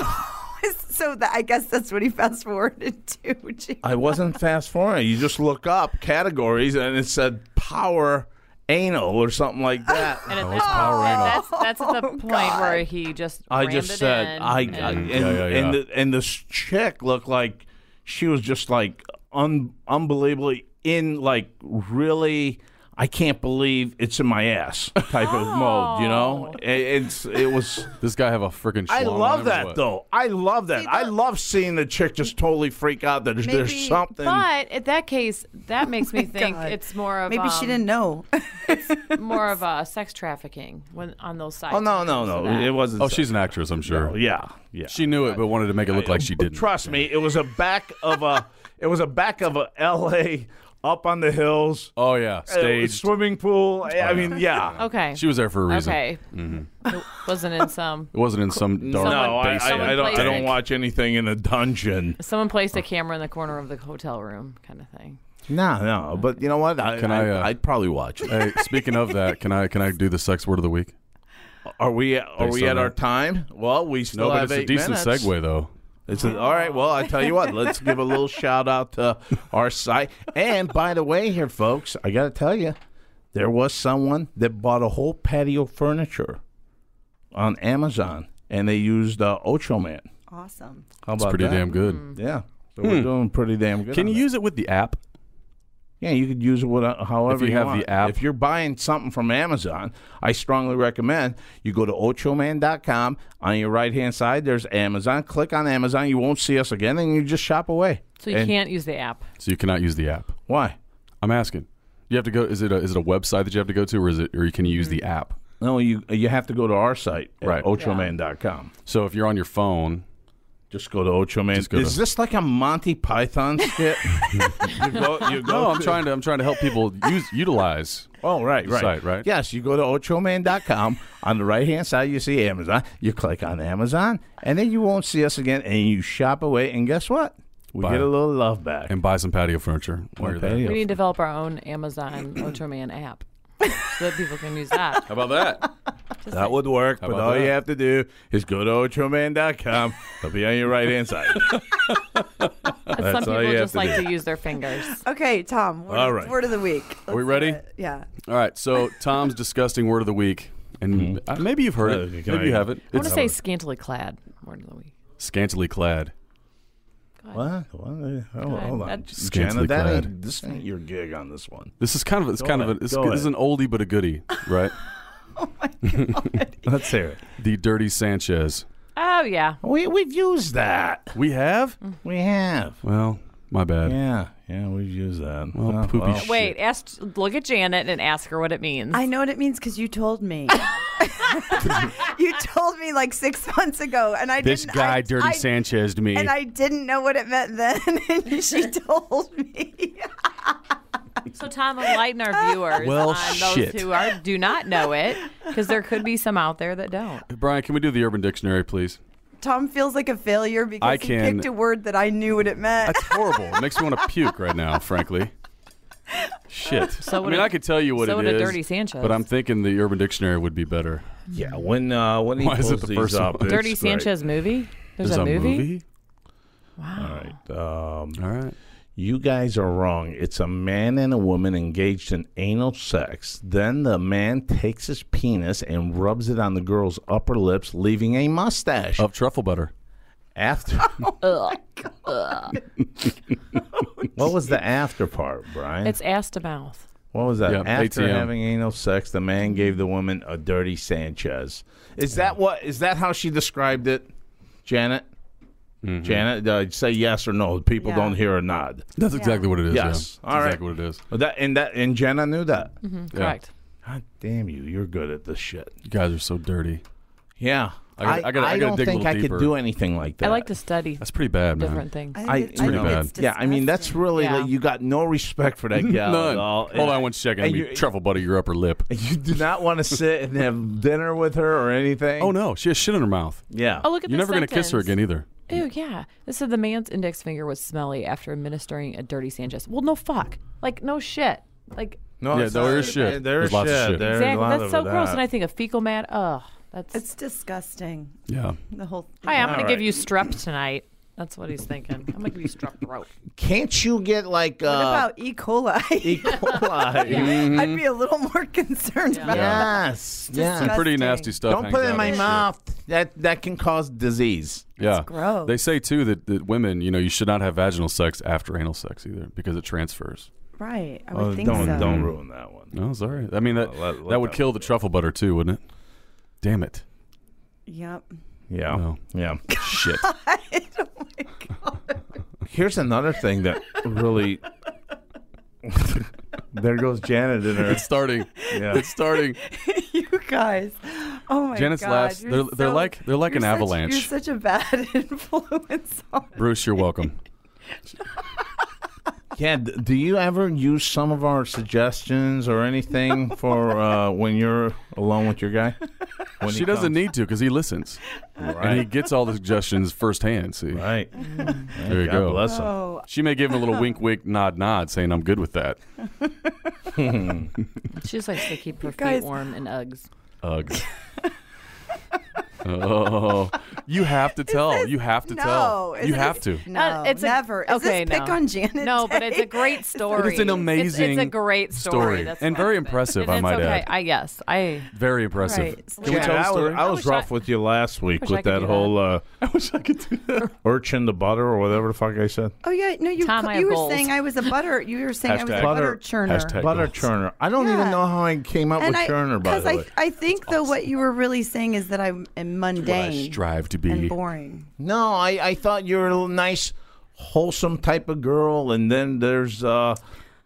S5: so that I guess that's what he fast forwarded to. Gee.
S3: I wasn't fast forwarding. You just look up categories and it said power anal or something like that.
S6: And at
S4: it's
S6: this
S4: Power
S6: point,
S4: Rangers.
S6: that's, that's at the
S5: Oh,
S6: point where he just
S3: I
S6: rammed
S3: just
S6: it
S3: said
S6: in
S3: I, I
S6: and-
S3: and,
S4: yeah, yeah.
S3: and the, and this chick looked like she was just like un, unbelievably in like really I can't believe it's in my ass type
S6: Oh.
S3: of mode, you know? It, it's it was
S4: This guy have a freaking.
S3: I
S4: schlong
S3: love
S4: on him or
S3: that
S4: what?
S3: though. I love that. I love seeing the chick just totally freak out that there's, there's
S5: Maybe-
S3: something
S6: But at that case, that makes me think
S5: Oh, God.
S6: it's more of
S5: Maybe she
S6: um,
S5: didn't know.
S6: more of uh, sex trafficking when on those sites.
S3: Oh no, no, no. It wasn't
S4: Oh,
S3: so-
S4: she's an actress, I'm sure.
S3: Yeah, yeah.
S4: She knew it, but wanted to make it look like she didn't.
S3: Trust me, it was a back of a it was a back of a L.A. up on the hills
S4: Oh yeah,
S3: uh,
S4: staged.
S3: swimming pool. I, I mean, Oh, yeah.
S6: Okay.
S4: She was there for a reason.
S6: okay.
S3: Mm-hmm.
S6: It wasn't in some.
S4: It wasn't in some dark.
S3: No,
S6: Someone-
S3: I,
S6: someone
S3: I, I don't.
S6: placed
S3: I don't
S6: it.
S3: watch anything in a dungeon.
S6: Someone placed a camera in the corner of the hotel room, kind of thing.
S3: No, no. But you know what? I,
S4: Can I, uh,
S3: would probably watch it.
S4: Hey, speaking of that, can I can I do the sex word of the week?
S3: Are we? Are
S4: Based
S3: we
S4: on
S3: at our
S4: that.
S3: time? Well, we still
S4: No, but
S3: have
S4: it's a
S3: eight
S4: decent
S3: minutes.
S4: segue though.
S3: It's a, all right. Well, I tell you what. Let's give a little shout out to our site. And by the way, here, folks, I got to tell you, there was someone that bought a whole patio furniture on Amazon, and they used uh, Ocho Man.
S5: awesome.
S3: How
S4: It's
S3: about
S4: pretty
S3: that?
S4: damn good.
S6: Mm.
S3: Yeah. So we're doing pretty damn good.
S4: Hmm.
S3: on
S4: Can you
S3: that.
S4: use it with the app?
S3: Yeah, you could use it with, uh, however
S4: If you have the
S3: want.
S4: app.
S3: If you're buying something from Amazon, I strongly recommend you go to ochoman.com. On your right hand side, there's Amazon. Click on Amazon. You won't see us again, and you just shop away.
S6: So you
S3: And-
S6: can't use the app.
S4: So you cannot use the app.
S3: Why?
S4: I'm asking. You have to go. Is it a, is it a website that you have to go to, or is it, or you can use the
S3: Mm-hmm.
S4: app?
S3: No, you you have to go to our site at
S4: Right.
S3: ochoman.com.
S4: So if you're on your phone,
S3: Just go to ochoman.
S4: go
S3: Is
S4: to-
S3: this like a Monty Python skit? you go, you go
S4: no, I'm
S3: to-
S4: trying to I'm trying to help people use utilize.
S3: Oh, right,
S4: the
S3: right.
S4: site, right?
S3: Yes, you go to ochoman.com. on the right hand side, you see Amazon. You click on Amazon, and then you won't see us again, and you shop away. And guess what? We
S4: Buy
S3: get
S4: it.
S3: a little love back.
S4: and buy some patio furniture while you're there.
S6: We need to develop our own Amazon Ocho Man app so that people can use that.
S4: How about that?
S3: that would work, but
S4: about
S3: all you
S4: that?
S3: have to do is go to ochoman.com. It'll be on your right hand side.
S6: Some
S3: all you
S6: people
S3: have
S6: just
S3: to
S6: like
S3: do.
S6: to use their fingers.
S5: Okay, Tom. Word,
S3: All right.
S5: word of the week.
S4: Are we
S5: Let's
S4: ready?
S5: do it. Yeah.
S4: All right. So Tom's disgusting word of the week, and uh, maybe you've heard
S3: Uh,
S4: it.
S3: can
S4: Maybe
S3: I-
S4: you haven't.
S6: I want
S4: It's
S6: to say scantily clad. Word of the week.
S4: scantily clad.
S3: what? what? Oh, hold on.
S4: Just
S3: Jana,
S4: scantily
S3: that
S4: clad.
S3: ain't, this ain't your gig on this one.
S4: This is kind of it's
S3: Go
S4: kind of
S3: ahead,
S4: a, it's,
S3: go
S4: this is
S3: ahead.
S4: an oldie but a goodie, right?
S3: Let's hear it.
S4: the dirty Sanchez.
S6: Oh yeah.
S3: We, we've used that.
S4: We have.
S6: Mm.
S3: We have.
S4: Well, my bad.
S3: Yeah, yeah, we've used that.
S4: Well,
S3: Oh,
S4: poopy
S3: well.
S4: shit.
S6: Wait, ask look at Janet and ask her what it means.
S5: I know what it means because you told me. you told me like six months ago, and I
S4: This
S5: didn't,
S4: guy,
S5: I-
S4: dirty
S5: I-
S4: Sanchez, to me.
S5: and I didn't know what it meant then, and she told me.
S6: So Tom, enlighten our viewers
S4: Well,
S6: on
S4: shit.
S6: those who are do not know it, because there could be some out there that don't.
S4: Brian, can we do the Urban Dictionary, please?
S5: Tom feels like a failure because
S4: I
S5: he
S4: can-
S5: picked a word that I knew what it meant.
S4: That's horrible. It makes me want to puke right now, frankly. Shit.
S6: So
S4: I
S6: would
S4: mean,
S6: a-
S4: I could tell you what
S6: so
S4: it
S6: would
S4: is,
S6: a dirty Sanchez.
S4: but I'm thinking the Urban Dictionary would be better.
S3: Yeah, when uh, when he
S4: Why is it
S3: pulls
S4: the
S3: these
S4: first
S3: up,
S4: one?
S3: it's
S6: Dirty
S3: great.
S6: Sanchez movie. There's,
S4: There's
S6: a, movie?
S3: All right, um,
S4: All right.
S3: you guys are wrong. It's a man and a woman engaged in anal sex. Then the man takes his penis and rubs it on the girl's upper lips, leaving a mustache.
S4: Of truffle butter.
S3: After. what was the after part, Brian?
S6: It's ass to mouth.
S3: what was that?
S4: Yep,
S3: after
S4: ATM.
S3: having anal sex, the
S4: Mm-hmm.
S3: man gave the woman a dirty Sanchez. Is that what? Is that how she described it, Janet?
S4: Mm-hmm.
S3: Janet, uh, say yes or no. People
S5: Yeah.
S3: don't hear a nod.
S4: That's exactly what it is.
S3: Yes.
S4: yeah. That's
S3: All right.
S4: exactly what it is.
S3: Well, That and that and Jenna knew that.
S6: Mm-hmm. Correct.
S3: God damn you! You're good at this shit.
S4: You guys are so dirty.
S3: Yeah,
S4: I gotta- I gotta- I gotta
S3: don't
S4: dig a
S3: think
S4: little
S3: I
S4: deeper.
S3: could do anything like that.
S6: I like to study
S4: That's pretty bad, man.
S6: different things.
S5: I think
S3: I,
S5: it's,
S3: you
S5: I
S4: pretty
S3: know,
S5: think
S4: bad.
S5: it's
S3: yeah, I mean that's
S5: disgusting.
S3: really
S6: Yeah.
S3: like you got no respect for that gal
S4: None.
S3: at all.
S4: Hold on one second. Let
S3: and
S4: me
S3: you-
S4: truffle butter your upper lip.
S3: You do not want to sit and have dinner with her or anything.
S4: Oh no, she has shit in her mouth.
S3: Yeah.
S6: Oh, look at
S4: You're
S6: this
S4: never gonna kiss her
S6: sentence.
S4: again either.
S6: Ew, yeah. This said the man's index finger was smelly after administering a dirty Sanchez. Well, no fuck. Like, no shit. Like,
S3: no,
S4: Yeah,
S3: it's
S4: there
S3: not-
S4: is
S3: There's
S4: shit. There's lots of
S3: shit.
S4: shit.
S3: There's a
S6: exactly.
S3: lot
S6: That's
S3: of
S6: so gross.
S3: that.
S6: And I think of fecal mat. Ugh, that's.
S5: It's disgusting.
S4: Yeah.
S5: The whole. Thing.
S6: Hi, I'm going
S3: All
S6: to give
S3: right.
S6: you strep tonight. That's what he's thinking. I'm going to give you strep throat.
S3: Can't you get like
S5: What
S3: uh,
S5: about E. coli?
S3: E. coli?
S4: Mm-hmm.
S5: I'd be a little more concerned about that.
S3: Yes.
S5: Disgusting.
S4: Some
S3: Yeah.
S4: pretty nasty stuff.
S3: Don't
S4: hangs
S3: put it
S4: out
S3: in my
S4: her shit.
S3: mouth. That that can cause disease.
S4: Yeah.
S5: gross.
S4: They say too that, that women, you know, you should not have vaginal sex after anal sex either because it transfers.
S5: Right. I would
S4: Oh,
S5: think
S3: don't
S5: so.
S3: don't ruin that one.
S4: No, it's all right. I mean that
S3: Well, let- let
S4: that would
S3: that
S4: kill the truffle butter too, wouldn't it? Damn it.
S5: Yep.
S3: Yeah.
S4: No.
S3: Yeah.
S4: Shit.
S6: oh
S3: Here's another thing that really. there goes Janet in her.
S4: it's starting.
S3: Yeah.
S4: It's starting.
S5: you guys. Oh my
S4: Janet's
S5: god.
S4: laughs.
S5: you're
S4: They're- they're
S5: so-
S4: like- they're like
S5: you're
S4: an
S5: such-
S4: avalanche.
S5: You're such a bad influence on
S4: Bruce, you're welcome.
S3: Yeah. d- Do you ever use some of our suggestions or anything for uh, when you're alone with your guy? When
S4: she doesn't need to because he listens. And he
S3: Right.
S4: gets all the suggestions firsthand. See,
S3: Right.
S4: there you
S3: God
S4: go.
S3: bless him.
S5: Oh,
S4: She may give him a little wink, wink, nod, nod, saying, "I'm good with that."
S6: She just likes to keep her feet
S5: guys-
S6: warm in Uggs.
S4: Ugh. oh, you have to tell.
S5: this-
S4: you have to
S5: no,
S4: tell.
S5: Is
S4: You
S5: it-
S4: have to.
S5: No,
S6: Uh, it's a-
S5: never. Is
S6: okay,
S5: this pick
S6: no.
S5: on Janet?
S6: No, but it's
S5: Day?
S6: a great story.
S4: It's an amazing.
S6: It's, a great story, That's
S4: and
S6: what
S4: very
S6: happened.
S4: impressive.
S6: And
S4: I
S6: it's
S4: might
S6: okay.
S4: add.
S6: I guess I.
S4: very impressive.
S5: Right.
S4: Can we
S3: Yeah,
S4: tell a
S3: I was-
S4: story?
S3: I was
S6: wish I-
S3: rough with you last week
S6: wish I
S3: with
S6: could
S3: that
S6: do
S3: whole uh,
S4: I wish I could do that.
S3: urchin the butter or whatever the fuck I said.
S5: Oh yeah, no, you
S6: Tom,
S5: cu-
S6: I have
S5: you were
S6: goals.
S5: saying I was a butter. You were saying I was a
S4: Hashtag-
S5: butter
S3: Butter-
S5: churner.
S4: hashtag-
S3: Butter
S4: goals.
S3: churner. I don't
S5: Yeah.
S3: even know how I came up
S5: And
S3: with
S5: I,
S3: churner. By
S5: because
S3: the
S5: I,
S3: way,
S5: I think though what you were really saying is that I'm am mundane
S4: Strive to
S5: and
S4: be.
S5: boring.
S3: no, I, I thought you were a little nice, wholesome type of girl, and then there's uh,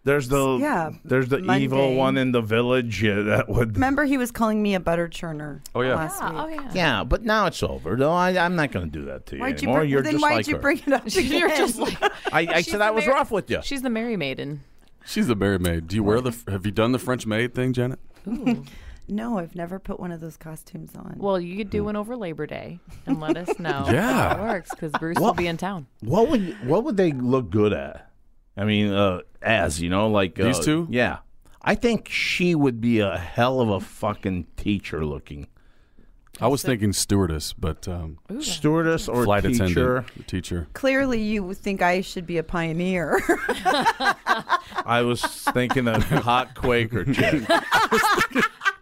S3: there's the
S5: Yeah,
S3: there's the evil
S5: mundane.
S3: one in the village uh, that would.
S5: Remember, he was calling me a butter churner.
S4: Oh, yeah.
S5: last week.
S6: Oh yeah.
S3: Yeah, but now it's over. though. I, I'm not going to do that to you
S5: Why'd you
S3: anymore.
S5: bring,
S3: You're
S5: then
S3: just
S5: why'd
S3: like
S5: you
S3: her.
S5: bring it up? Again?
S6: You're just like
S3: I, I
S6: She's
S3: said I was
S6: Ameri-
S3: rough with you.
S6: she's the merry maiden.
S4: She's the berry maid. Do you wear the? Have you done the French maid thing, Janet?
S5: no, I've never put one of those costumes on.
S6: Well, you could do one over Labor Day and let us know.
S4: Hmm. Yeah.
S6: if it works because Bruce will
S3: What?
S6: be in town.
S3: What would what would they look good at? I mean, uh, as you know, like uh,
S4: These two?
S3: Yeah, I think she would be a hell of a fucking teacher looking
S4: I was thinking stewardess, but um,
S3: stewardess or
S4: flight
S3: teacher.
S4: attendant, teacher.
S5: Clearly, you think I should be a pioneer.
S3: I was thinking a hot Quaker chick.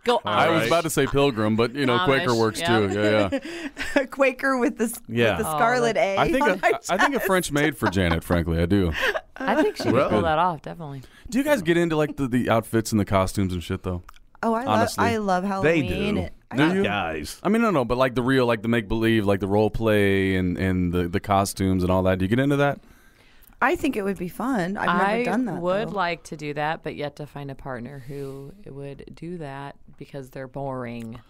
S6: Go
S4: I
S6: on.
S4: was about to say pilgrim, but you know, Quaker
S6: Amish,
S4: works
S6: yeah.
S4: too. Yeah, yeah.
S5: a Quaker with the, s-
S3: Yeah.
S5: with the
S3: Oh,
S5: scarlet A.
S4: I think
S5: on my
S4: a, I think a French maid for Janet. Frankly, I do.
S6: I think she could pull that off. Definitely.
S4: Do you guys get into like the, the outfits and the costumes and shit though?
S5: Oh, I love
S4: Honestly.
S5: I love
S3: They
S5: Halloween.
S3: do.
S5: It- I-
S3: Not guys.
S4: I mean, no, no, but like the real, like the make believe, like the role play and and the, the costumes and all that. Do you get into that?
S5: I think it would be fun. I've never
S6: I
S5: done that.
S6: would
S5: though.
S6: like to do that, but yet to find a partner who would do that because they're boring.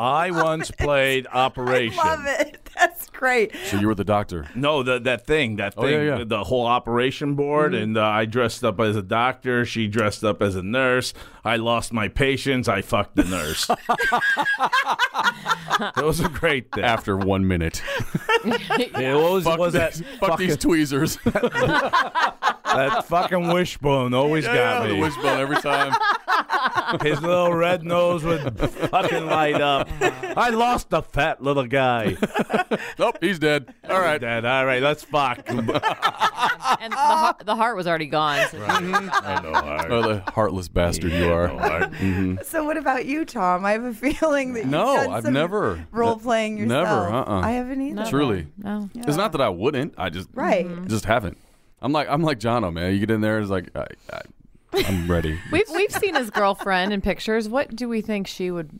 S3: I once played Operation.
S5: I love it. That's great.
S4: So you were the doctor.
S3: No, the, that thing, that thing,
S4: yeah, yeah.
S3: the whole operation board.
S5: Mm-hmm.
S3: And uh, I dressed up as a doctor. She dressed up as a nurse. I lost my patience. I fucked the nurse. it was a great thing.
S4: After one minute.
S3: Yeah, what was, what was
S4: this-
S3: that?
S4: fuck these tweezers.
S3: That fucking wishbone always got
S4: the
S3: me.
S4: wishbone every time.
S3: His little red nose would fucking light up. I lost the fat little guy.
S4: Nope, he's dead. All
S3: All right,
S4: right.
S3: Dad. All right, let's fuck.
S6: And the, heart, the heart was already gone. So
S3: I know. all right.
S4: Oh, the heartless bastard you are.
S5: So what about you, Tom? I have a feeling that
S4: No,
S5: you've done
S4: I've
S5: some
S4: never.
S5: role playing
S4: Never,
S5: yourself.
S4: uh-uh.
S5: I haven't either.
S4: Truly.
S6: No.
S4: It's not that I wouldn't. I just Mm-hmm.
S5: Right.
S4: just haven't. I'm like I'm like Jono, man. You get in there, it's like I, I, I'm ready.
S6: We've we've seen his girlfriend in pictures. What do we think she would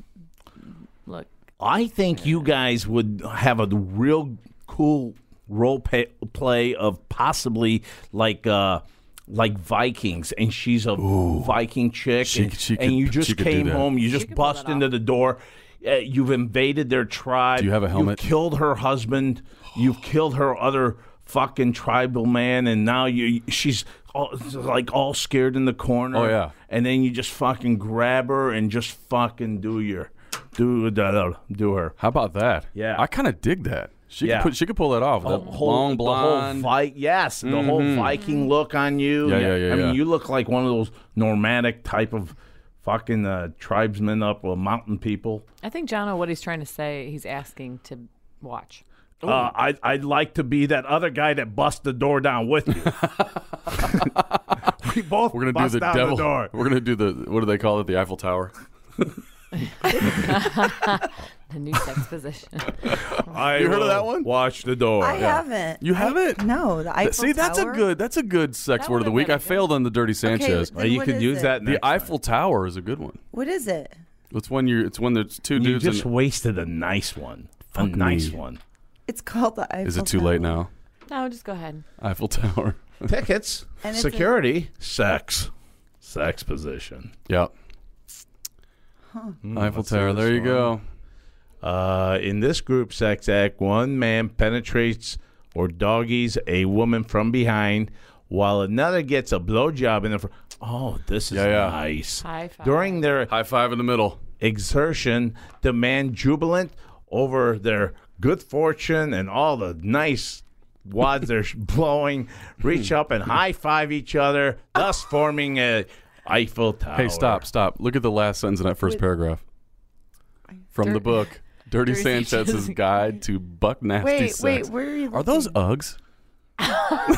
S6: look?
S3: I think you guys would have a real cool role pa play of possibly like uh like Vikings, and she's a Viking chick,
S4: She-
S3: and,
S4: she
S3: and
S4: could-
S3: you just
S4: she could do
S3: came
S4: that.
S3: home, you just bust into the door. Uh, you've invaded their tribe.
S4: Do you have a helmet?
S3: You've killed her husband. You've killed her other fucking tribal man, and now you she's all, like all scared in the corner.
S4: Oh, yeah.
S3: And then you just fucking grab her and just fucking do your do do, do her.
S4: How about that?
S3: Yeah.
S4: I kind of dig that. She
S3: Yeah.
S4: could put, she could pull that off. That
S3: whole-
S4: long
S3: the whole
S4: blonde. Mm-hmm.
S3: Vi- yes, the whole Viking look on you.
S4: Yeah, yeah, yeah,
S3: I
S4: yeah.
S3: mean, you look like one of those nomadic type of fucking uh, tribesmen up or mountain people.
S6: I think John, what he's trying to say, he's asking to watch.
S3: Uh, I, I'd like to be that other guy that busts the door down with you. we both
S4: We're gonna
S3: bust
S4: do the
S3: down
S4: devil.
S3: the door.
S4: We're gonna do the what do they call it? The Eiffel Tower.
S6: The new sex position.
S3: I
S4: You heard of
S3: will
S4: that one?
S3: Watch the door.
S5: I haven't.
S4: You have it?
S5: I, no, the Eiffel
S4: See, that's a
S5: Tower?
S4: good that's a good sex
S6: That
S4: word of the
S6: would've
S4: week.
S6: been
S4: I
S6: a good
S4: failed on the Dirty Sanchez.
S5: then
S3: Well, you
S5: what
S3: could
S5: is
S3: use
S5: it?
S3: that.
S4: The Eiffel Tower is a good one.
S5: What is it?
S4: It's when you it's when there's two
S3: You
S4: dudes
S3: just
S4: and
S3: wasted a nice one. A
S4: me.
S3: nice one.
S5: It's called the Eiffel.
S4: is it too
S5: Tower.
S4: late now?
S6: no, just go ahead.
S4: Eiffel Tower.
S3: Tickets,
S5: And it's a-
S3: security, sex, sex position.
S4: Yep.
S3: Hmm,
S4: Eiffel Tower. There you go.
S3: Uh, in this group sex act, one man penetrates or doggies a woman from behind, while another gets a blowjob in the front. Oh, this is
S4: Yeah, yeah.
S3: nice.
S6: High five.
S3: During their
S4: High five in the middle.
S3: exertion, the man jubilant over their good fortune and all the nice wads they're blowing, reach up and high five each other, thus forming a Eiffel Tower.
S4: Hey, stop, stop. Look at the last sentence in that first paragraph. From the
S6: Dirt-
S4: book, Dirty
S6: Dirty
S4: Sanchez's
S6: Sanchez's
S4: Guide to Buck Nasty
S5: Wait,
S4: Sex.
S5: wait, where are you?
S4: Are those Uggs?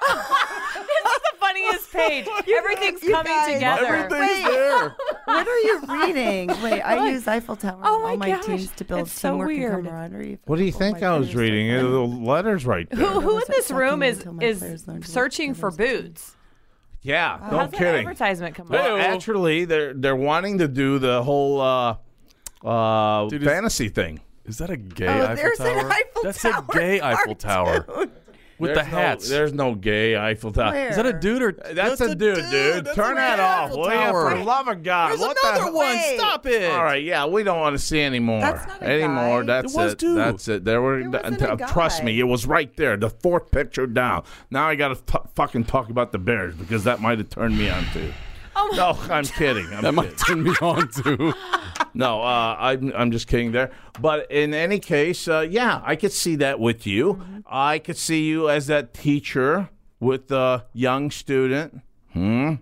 S6: the funniest page. Everything's
S5: You
S6: coming
S5: guys.
S6: together.
S5: Wait.
S4: there.
S5: What are you reading? Wait, I use Eiffel Tower on
S6: Oh
S5: all
S6: my
S5: my
S6: gosh,
S5: teams to build
S6: it's so
S5: teamwork and
S6: weird.
S5: camaraderie.
S3: What do you
S5: Oh
S3: think
S5: my
S3: I was
S5: goodness,
S3: reading?
S5: I-
S3: Uh, The letters right there.
S6: Who, who in this
S5: Sucking
S6: room is
S5: until my
S6: is
S5: players learn to look
S6: searching for boots?
S3: Yeah,
S6: How's
S3: no
S6: that
S3: kidding.
S6: advertisement come
S3: Well,
S6: up?
S3: actually, they're they're wanting to do the whole uh, uh,
S4: Dude, is-
S3: fantasy thing.
S4: Is that a gay
S5: Oh,
S4: Eiffel
S5: there's
S4: Tower?
S5: an Eiffel
S4: That's
S5: Tower
S4: a gay Eiffel Tower with the
S3: There's no-
S4: hats.
S3: there's no gay Eiffel Tower.
S5: Where?
S4: Is that a dude or
S3: That's, a dude, dude.
S4: That's
S3: Turn
S4: a
S3: that
S4: gay
S3: off,
S4: Eiffel
S3: will you?
S4: Tower.
S3: For the love of God,
S4: There's
S3: what
S4: another
S3: the-
S4: one.
S5: Wait.
S4: Stop it.
S3: All right, yeah, we don't want to see anymore.
S5: That's not a
S3: anymore.
S5: guy.
S3: That's
S4: It was
S3: it.
S4: two.
S3: That's it. There were.
S5: There wasn't a
S3: uh, Trust
S5: guy.
S3: me, it was right there. The fourth picture down. Now I got to fucking talk about the Bears because that might have turned me on too.
S6: Oh,
S3: No, I'm kidding. I'm
S4: That
S3: kidding.
S4: might turn me on too.
S3: No, uh, I'm I'm just kidding there. But in any case, uh, yeah, I could see that with you. I could see you as that teacher with the young student,
S4: or,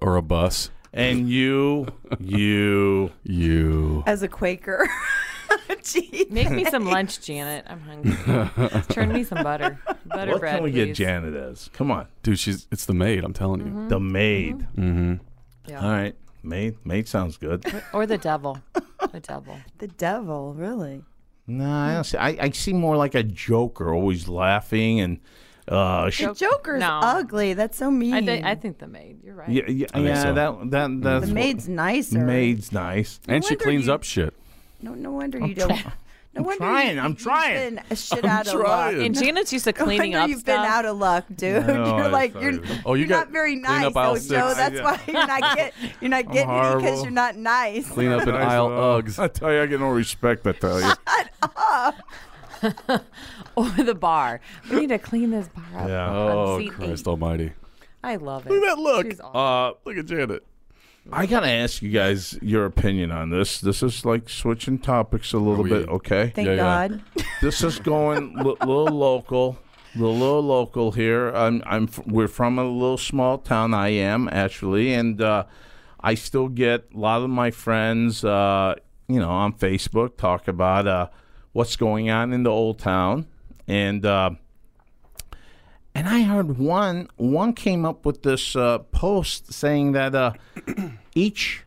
S4: or a bus.
S3: and you, you.
S4: You.
S5: As a Quaker. Gee.
S6: Make me some lunch, Janet. I'm hungry. Turn me some butter. Butter
S3: what
S6: bread.
S3: can we get
S6: please. Mm-hmm.
S3: Janet as? Come on,
S4: Dude, she's it's the maid, I'm telling you.
S3: the maid. Mm-hmm.
S6: Yeah.
S3: All right, maid. Maid sounds good.
S6: Or the devil. The devil.
S5: The devil, really.
S3: no, I don't see. I, I see more like a joker, always laughing and. Uh, she,
S5: The Joker's
S6: No.
S5: ugly. That's so mean.
S6: I, thi- I think the maid. You're right.
S3: yeah, yeah,
S4: think
S3: yeah
S4: so.
S3: that
S4: Mm-hmm.
S3: that that's
S5: the
S3: what-
S5: maid's nicer.
S3: maid's nice.
S4: And she
S5: wonder
S4: cleans
S5: you-
S4: up shit.
S5: No, no wonder you don't. No wonder
S3: trying,
S5: You,
S3: I'm
S5: you've
S3: trying.
S5: Been a shit
S4: I'm
S5: out
S4: trying.
S5: of luck.
S6: And Gina's used to
S5: No
S6: cleaning
S5: wonder
S6: up
S5: You've
S6: stuff.
S5: been out of luck, dude.
S3: No,
S5: you're
S3: I
S5: like
S3: thought
S5: you're.
S3: it was-
S4: Oh, you
S5: you're
S4: got
S5: not very
S4: clean
S5: nice,
S4: up aisle
S5: though,
S4: six.
S5: Joe. That's
S3: I-
S5: why you're not get you're not getting it because
S3: horrible.
S5: you're not nice.
S4: Clean up an
S3: Nice,
S4: aisle
S3: uh, I
S4: Uggs.
S3: tell you, I get no respect. I tell you.
S6: or the bar. We need to clean this bar up.
S3: Yeah.
S6: on
S4: Oh,
S6: seat
S4: Christ
S6: eight.
S4: Almighty.
S6: I love it.
S4: Look at that look.
S6: She's awesome.
S3: Uh,
S4: Look at Janet.
S3: I gotta ask you guys your opinion on this. This is like switching topics a little
S4: we-
S3: bit, okay?
S5: Thank
S4: Yeah, yeah.
S5: God.
S3: this is going li- little local, little local here. I'm, I'm, f- we're from a little small town. I am actually, and uh, I still get a lot of my friends, uh, you know, on Facebook talk about uh, what's going on in the old town, and uh, and I heard one one came up with this uh, post saying that uh, each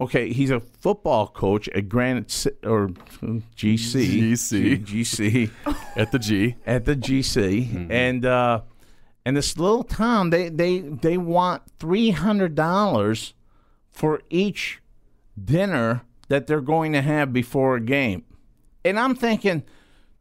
S3: Okay, he's a football coach at Granite Ci- or mm, GC.
S4: GC.
S3: G- GC
S4: At the G.
S3: at the GC, and uh, and this little town they they they want three hundred dollars for each dinner that they're going to have before a game, and I'm thinking,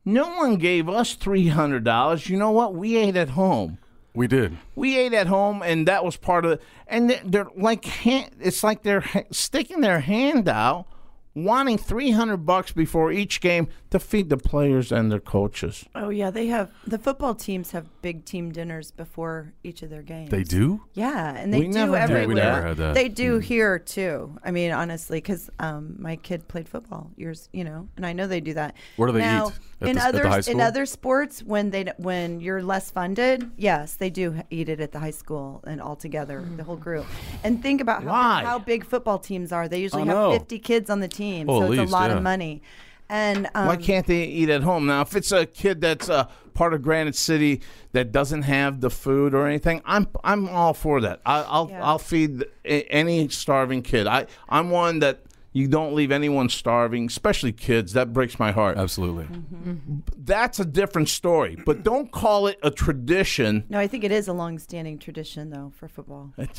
S3: no one gave us three hundred dollars. You know what? We ate at home.
S4: We did.
S3: We ate at home, and that was part of. And they're, they're like, hand, it's like they're ha- sticking their hand out, wanting three hundred bucks before each game to feed the players and their coaches.
S5: Oh yeah, they have the football teams have big team dinners before each of their games.
S4: They do? Hmm.
S5: Yeah, and they
S3: We
S5: do
S3: never had that.
S5: everywhere.
S3: We never
S4: had that.
S5: They do here too. I mean, honestly, because um, my kid played football years, you know, and I know they do that.
S4: Where do they
S5: now,
S4: eat? At
S5: in
S4: the s- at the
S5: other
S4: high
S5: in
S4: school?
S5: other sports, when they d- when you're less funded, yes, they do h- eat it at the high school and all together,
S3: Hmm.
S5: the whole group. And think about
S3: Why?
S5: how, how big football teams are. They usually
S4: I
S5: have
S4: know.
S5: 50 kids on the team,
S4: Oh,
S5: so
S4: at
S5: it's
S4: least,
S5: a lot
S4: yeah.
S5: of money. And um,
S3: Why can't they eat at home? Now, if it's a kid that's uh, part of Granite City that doesn't have the food or anything, I'm I'm all for that. I, I'll
S5: Yeah.
S3: I'll feed a- any starving kid. I I'm one that you don't leave anyone starving, especially kids. That breaks my heart.
S4: Absolutely.
S5: Mm-hmm.
S3: That's a different story. But don't call it a tradition.
S5: no, I think it is a long-standing tradition though for football.
S3: It's,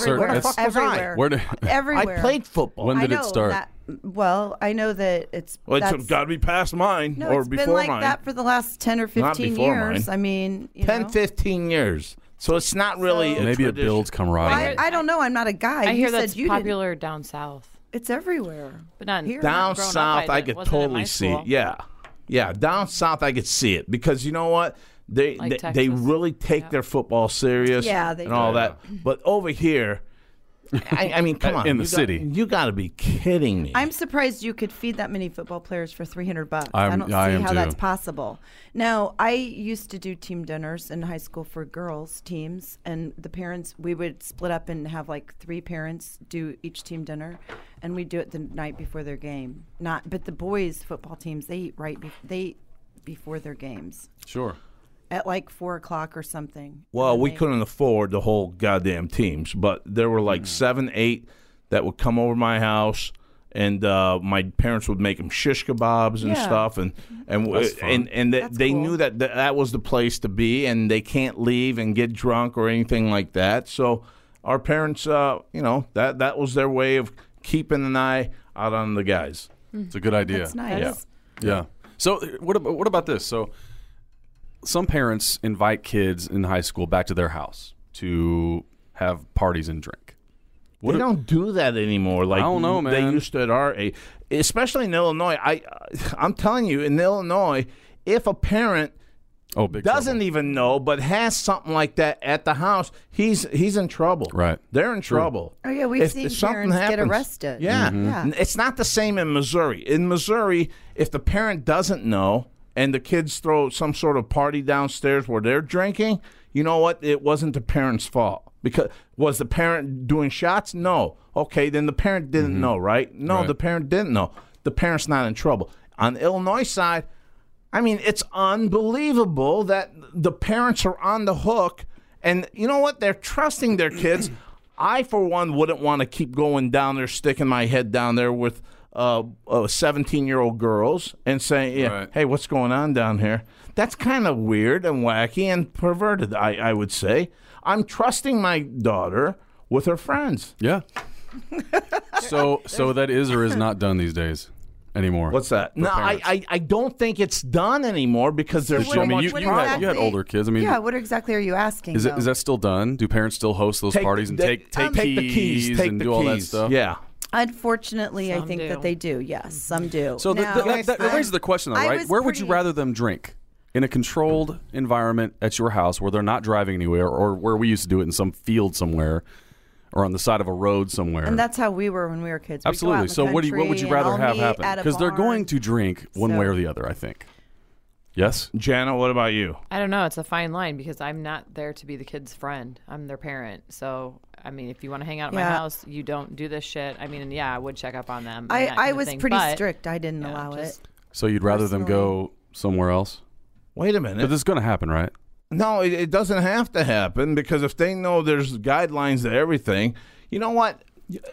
S4: certain-
S5: Everywhere,
S4: Where the fuck
S3: was I?
S5: everywhere,
S4: Where do-
S3: I
S5: everywhere.
S3: played football.
S4: When
S5: I
S4: did it
S5: know
S4: start?
S5: That, well, I know that it's.
S3: well,
S5: that's-
S3: it's got to be past mine
S5: no,
S3: or
S5: it's
S3: before
S5: been like
S3: mine.
S5: that for the last ten or
S3: Not
S5: fifteen
S3: before
S5: years.
S3: mine.
S5: I mean, you
S3: 10,
S5: know.
S3: 15 years. So it's not really. a
S4: Maybe it
S3: tradition.
S4: builds
S5: I,
S4: camaraderie.
S5: I don't know. I'm not a guy.
S6: I
S5: you
S6: hear
S5: said
S6: that's
S5: you didn't.
S6: popular down south,
S5: It's everywhere.
S6: but not
S5: Here.
S3: down
S6: growing up,
S3: south
S6: I
S3: i,
S6: didn't-
S3: could
S6: wasn't in
S3: totally
S6: high
S3: see
S6: school.
S3: it yeah yeah down south i could see it because you know what they
S6: Like
S3: they, they
S6: Texas.
S3: really take
S6: Yeah.
S3: their football serious
S5: Yeah, they
S3: and all
S5: do.
S3: that but over here I, I mean come on
S4: In the
S3: you got-
S4: city.
S3: you got to be kidding me
S5: I'm surprised you could feed that many football players for 300 bucks. I
S4: I'm-
S5: don't see
S4: I am
S5: how
S4: too.
S5: that's possible. Now, I used to do team dinners in high school for girls teams, and the parents we would split up and have like three parents do each team dinner, and we do it the night before their game. Not, but the boys' football teams they eat right be, they eat before their games
S4: Sure.
S5: at like four o'clock or something.
S3: well we
S5: They-
S3: couldn't afford the whole goddamn teams but there were
S5: Mm.
S3: like seven eight that would come over my house and uh, my parents would make them shish kebabs and
S5: Yeah.
S3: stuff and and w-
S4: That's fun.
S3: and and they,
S5: That's
S3: they
S5: cool.
S3: knew that th- that was the place to be and they can't leave and get drunk or anything like that so our parents uh, you know that that was their way of keeping an eye out on the guys
S4: It's a good idea.
S5: Mm. That's nice.
S4: Yeah. Yeah. So uh, what about, what about this? So some parents invite kids in high school back to their house to have parties and drink.
S3: We don't do that anymore. Like
S4: don't know,
S3: They
S4: man.
S3: used to at our age, especially in Illinois. I, I'm telling you, in Illinois, if a parent
S4: Oh, big
S3: doesn't even know but has something like that at the house, he's he's in trouble.
S4: Right.
S3: They're in trouble.
S5: Oh, yeah, we've seen
S3: something
S5: parents get arrested.
S3: Yeah.
S4: Mm-hmm.
S5: Mhm. Yeah.
S3: N- It's not the same in Missouri. In Missouri, if the parent doesn't know and the kids throw some sort of party downstairs where they're drinking, you know what? It wasn't the parent's fault. Because was the parent doing shots? No. Okay, then the parent didn't know, right? No,
S4: Mm-hmm. Right.
S3: the parent didn't know. The parent's not in trouble. On the Illinois side, I mean, it's unbelievable that the parents are on the hook, and you know what? They're trusting their kids. I, for one, wouldn't want to keep going down there, sticking my head down there with uh, uh, 17 year old girls and saying, yeah,
S4: Right.
S3: hey, what's going on down here? That's kind of weird and wacky and perverted, I, I would say. I'm trusting my daughter with her friends.
S4: Yeah. so so that is or is not done these days. anymore.
S3: What's that? No, I, I, I don't think it's done anymore because there's
S5: Did
S3: so
S4: I mean,
S3: much.
S4: you,
S5: What
S4: you had, you
S5: exactly-
S4: had older kids. I mean,
S5: yeah, what exactly are you asking?
S4: is, it,
S5: though?
S4: is that still done? Do parents still host those
S3: Take-
S4: parties and
S3: they-
S4: take, take,
S3: take the
S4: keys,
S3: keys, take
S4: and
S3: the
S4: do all that
S3: keys.
S4: stuff?
S3: Yeah.
S5: Unfortunately, I
S6: Some
S5: think
S6: do.
S5: that they do. Yes, some do.
S4: So the,
S5: Now-
S4: the, that, that raises the question, though,
S5: I
S4: right?
S5: was
S4: Where would you
S5: pretty-
S4: rather them drink? In a controlled environment at your house where they're not driving anywhere, or where we used to do it in some field somewhere, or on the side of a road somewhere.
S5: And that's how we were when we were kids. We'd go out in
S4: Absolutely.
S5: the
S4: So what do you, what would
S5: country
S4: you
S5: and
S4: rather
S5: all
S4: have
S5: meet
S4: happen?
S5: at a
S4: Because they're
S5: barn.
S4: going to drink one way
S5: So-
S4: or the other, I think. Yes.
S3: Jana, what about you?
S6: I don't know. It's a fine line because I'm not there to be the kid's friend. I'm their parent. So, I mean, if you want to hang out at my
S5: Yeah.
S6: house, you don't do this shit. I mean, and yeah, I would check up on them. and
S5: I,
S6: that kind
S5: I
S6: of
S5: was
S6: thing,
S5: pretty
S6: but
S5: strict. I didn't
S6: yeah,
S5: allow
S6: just-
S5: it.
S4: So you'd rather them go somewhere else,
S3: Wait a
S4: but
S3: minute.
S4: this is going to happen, right?
S3: no, it, it doesn't have to happen because if they know there's guidelines to everything, you know what?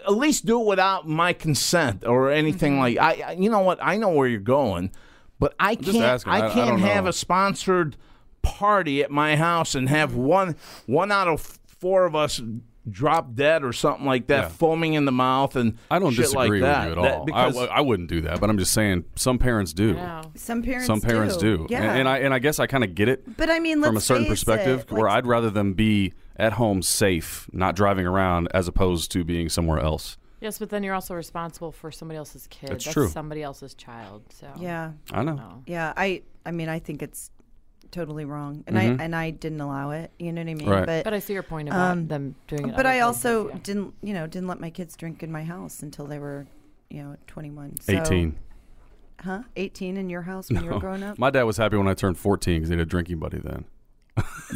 S3: At least do it without my consent or anything like. I, I- you know what? I know where you're going, but I
S4: just
S3: can't.
S4: asking. I- I
S3: I can't
S4: don't
S3: have
S4: know.
S3: a sponsored party at my house and have one one out of four of us drop dead or something like that, foaming in the mouth and
S4: I don't
S3: shit
S4: disagree
S3: like that.
S4: with you at
S3: That-
S4: all. I I,
S3: because
S4: w- I wouldn't do that, but I'm just saying some parents do.
S6: No.
S5: Some parents
S4: Some parents do,
S5: Yeah.
S4: and, and I and I guess I kind of get it
S5: but I mean, let's
S4: from a certain
S5: face
S4: perspective,
S5: it,
S4: where
S5: like,
S4: I'd rather them be at home safe, not driving around, as opposed to being somewhere else.
S6: Yes, but then you're also responsible for somebody else's kid.
S4: That's true.
S6: somebody else's child. So,
S5: Yeah,
S4: I know.
S5: yeah. I I mean, I think it's totally wrong, and I and I didn't allow it. You know what I mean?
S4: Mm-hmm. Right.
S5: But
S6: But I see your point about them doing it.
S5: but
S6: other
S5: I
S6: places,
S5: also
S6: yeah.
S5: didn't you know didn't let my kids drink in my house until they were you know 21 So-
S4: 18.
S5: huh 18 in your house when you were growing up
S4: My dad was happy when I turned 14 because he had a drinking buddy then.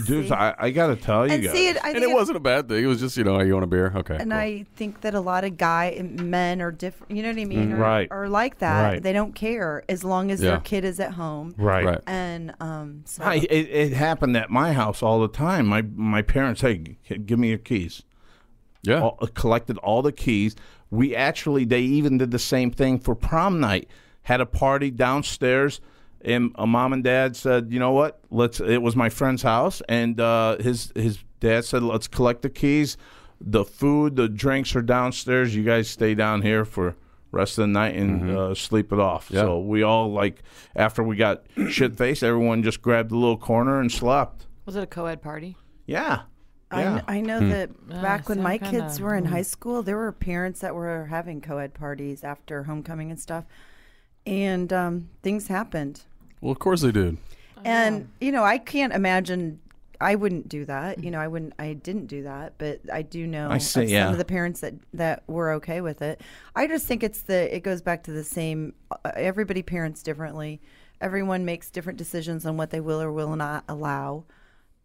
S3: Dudes, I, I gotta tell you
S5: and
S3: guys.
S5: see it, I
S4: and
S5: think
S4: it wasn't a bad thing. It was just, you know, you want a beer? Okay.
S5: and
S4: cool.
S5: I think that a lot of guy eh, men are different. You know what I mean? Or-
S3: Right.
S5: Or like that.
S3: Mm. Right.
S5: They don't care as long as
S4: Yeah.
S5: their kid is at home.
S3: right.
S4: Right.
S5: And um, so
S3: I, it, it happened at my house all the time. My my parents, hey, g- give me your keys.
S4: Yeah.
S3: All, uh, collected all the keys. We actually, they even did the same thing for prom night. Had a party downstairs, and a mom and dad said, you know what? Let's. It was my friend's house, and uh, his his dad said, let's collect the keys. The food, the drinks are downstairs. You guys stay down here for rest of the night and uh, sleep it off. So we all like after we got shit faced, everyone just grabbed a little corner and slept.
S6: Was it a co ed party?
S3: Yeah.
S5: I,
S3: yeah. Hmm.
S5: kn- I know that back when
S6: some
S5: my
S6: kinda- hmm.
S5: kids were in high school, there were parents that were having co-ed parties after homecoming and stuff, and um, things happened.
S4: well, of course they did.
S5: And you know, I can't imagine. I wouldn't do that. You know, I wouldn't. I didn't do that, but I do know
S3: I see,
S5: of
S3: yeah.
S5: some of the parents that that were okay with it. I just think it's the. It goes back to the same. Uh, everybody parents differently. Everyone makes different decisions on what they will or will not allow,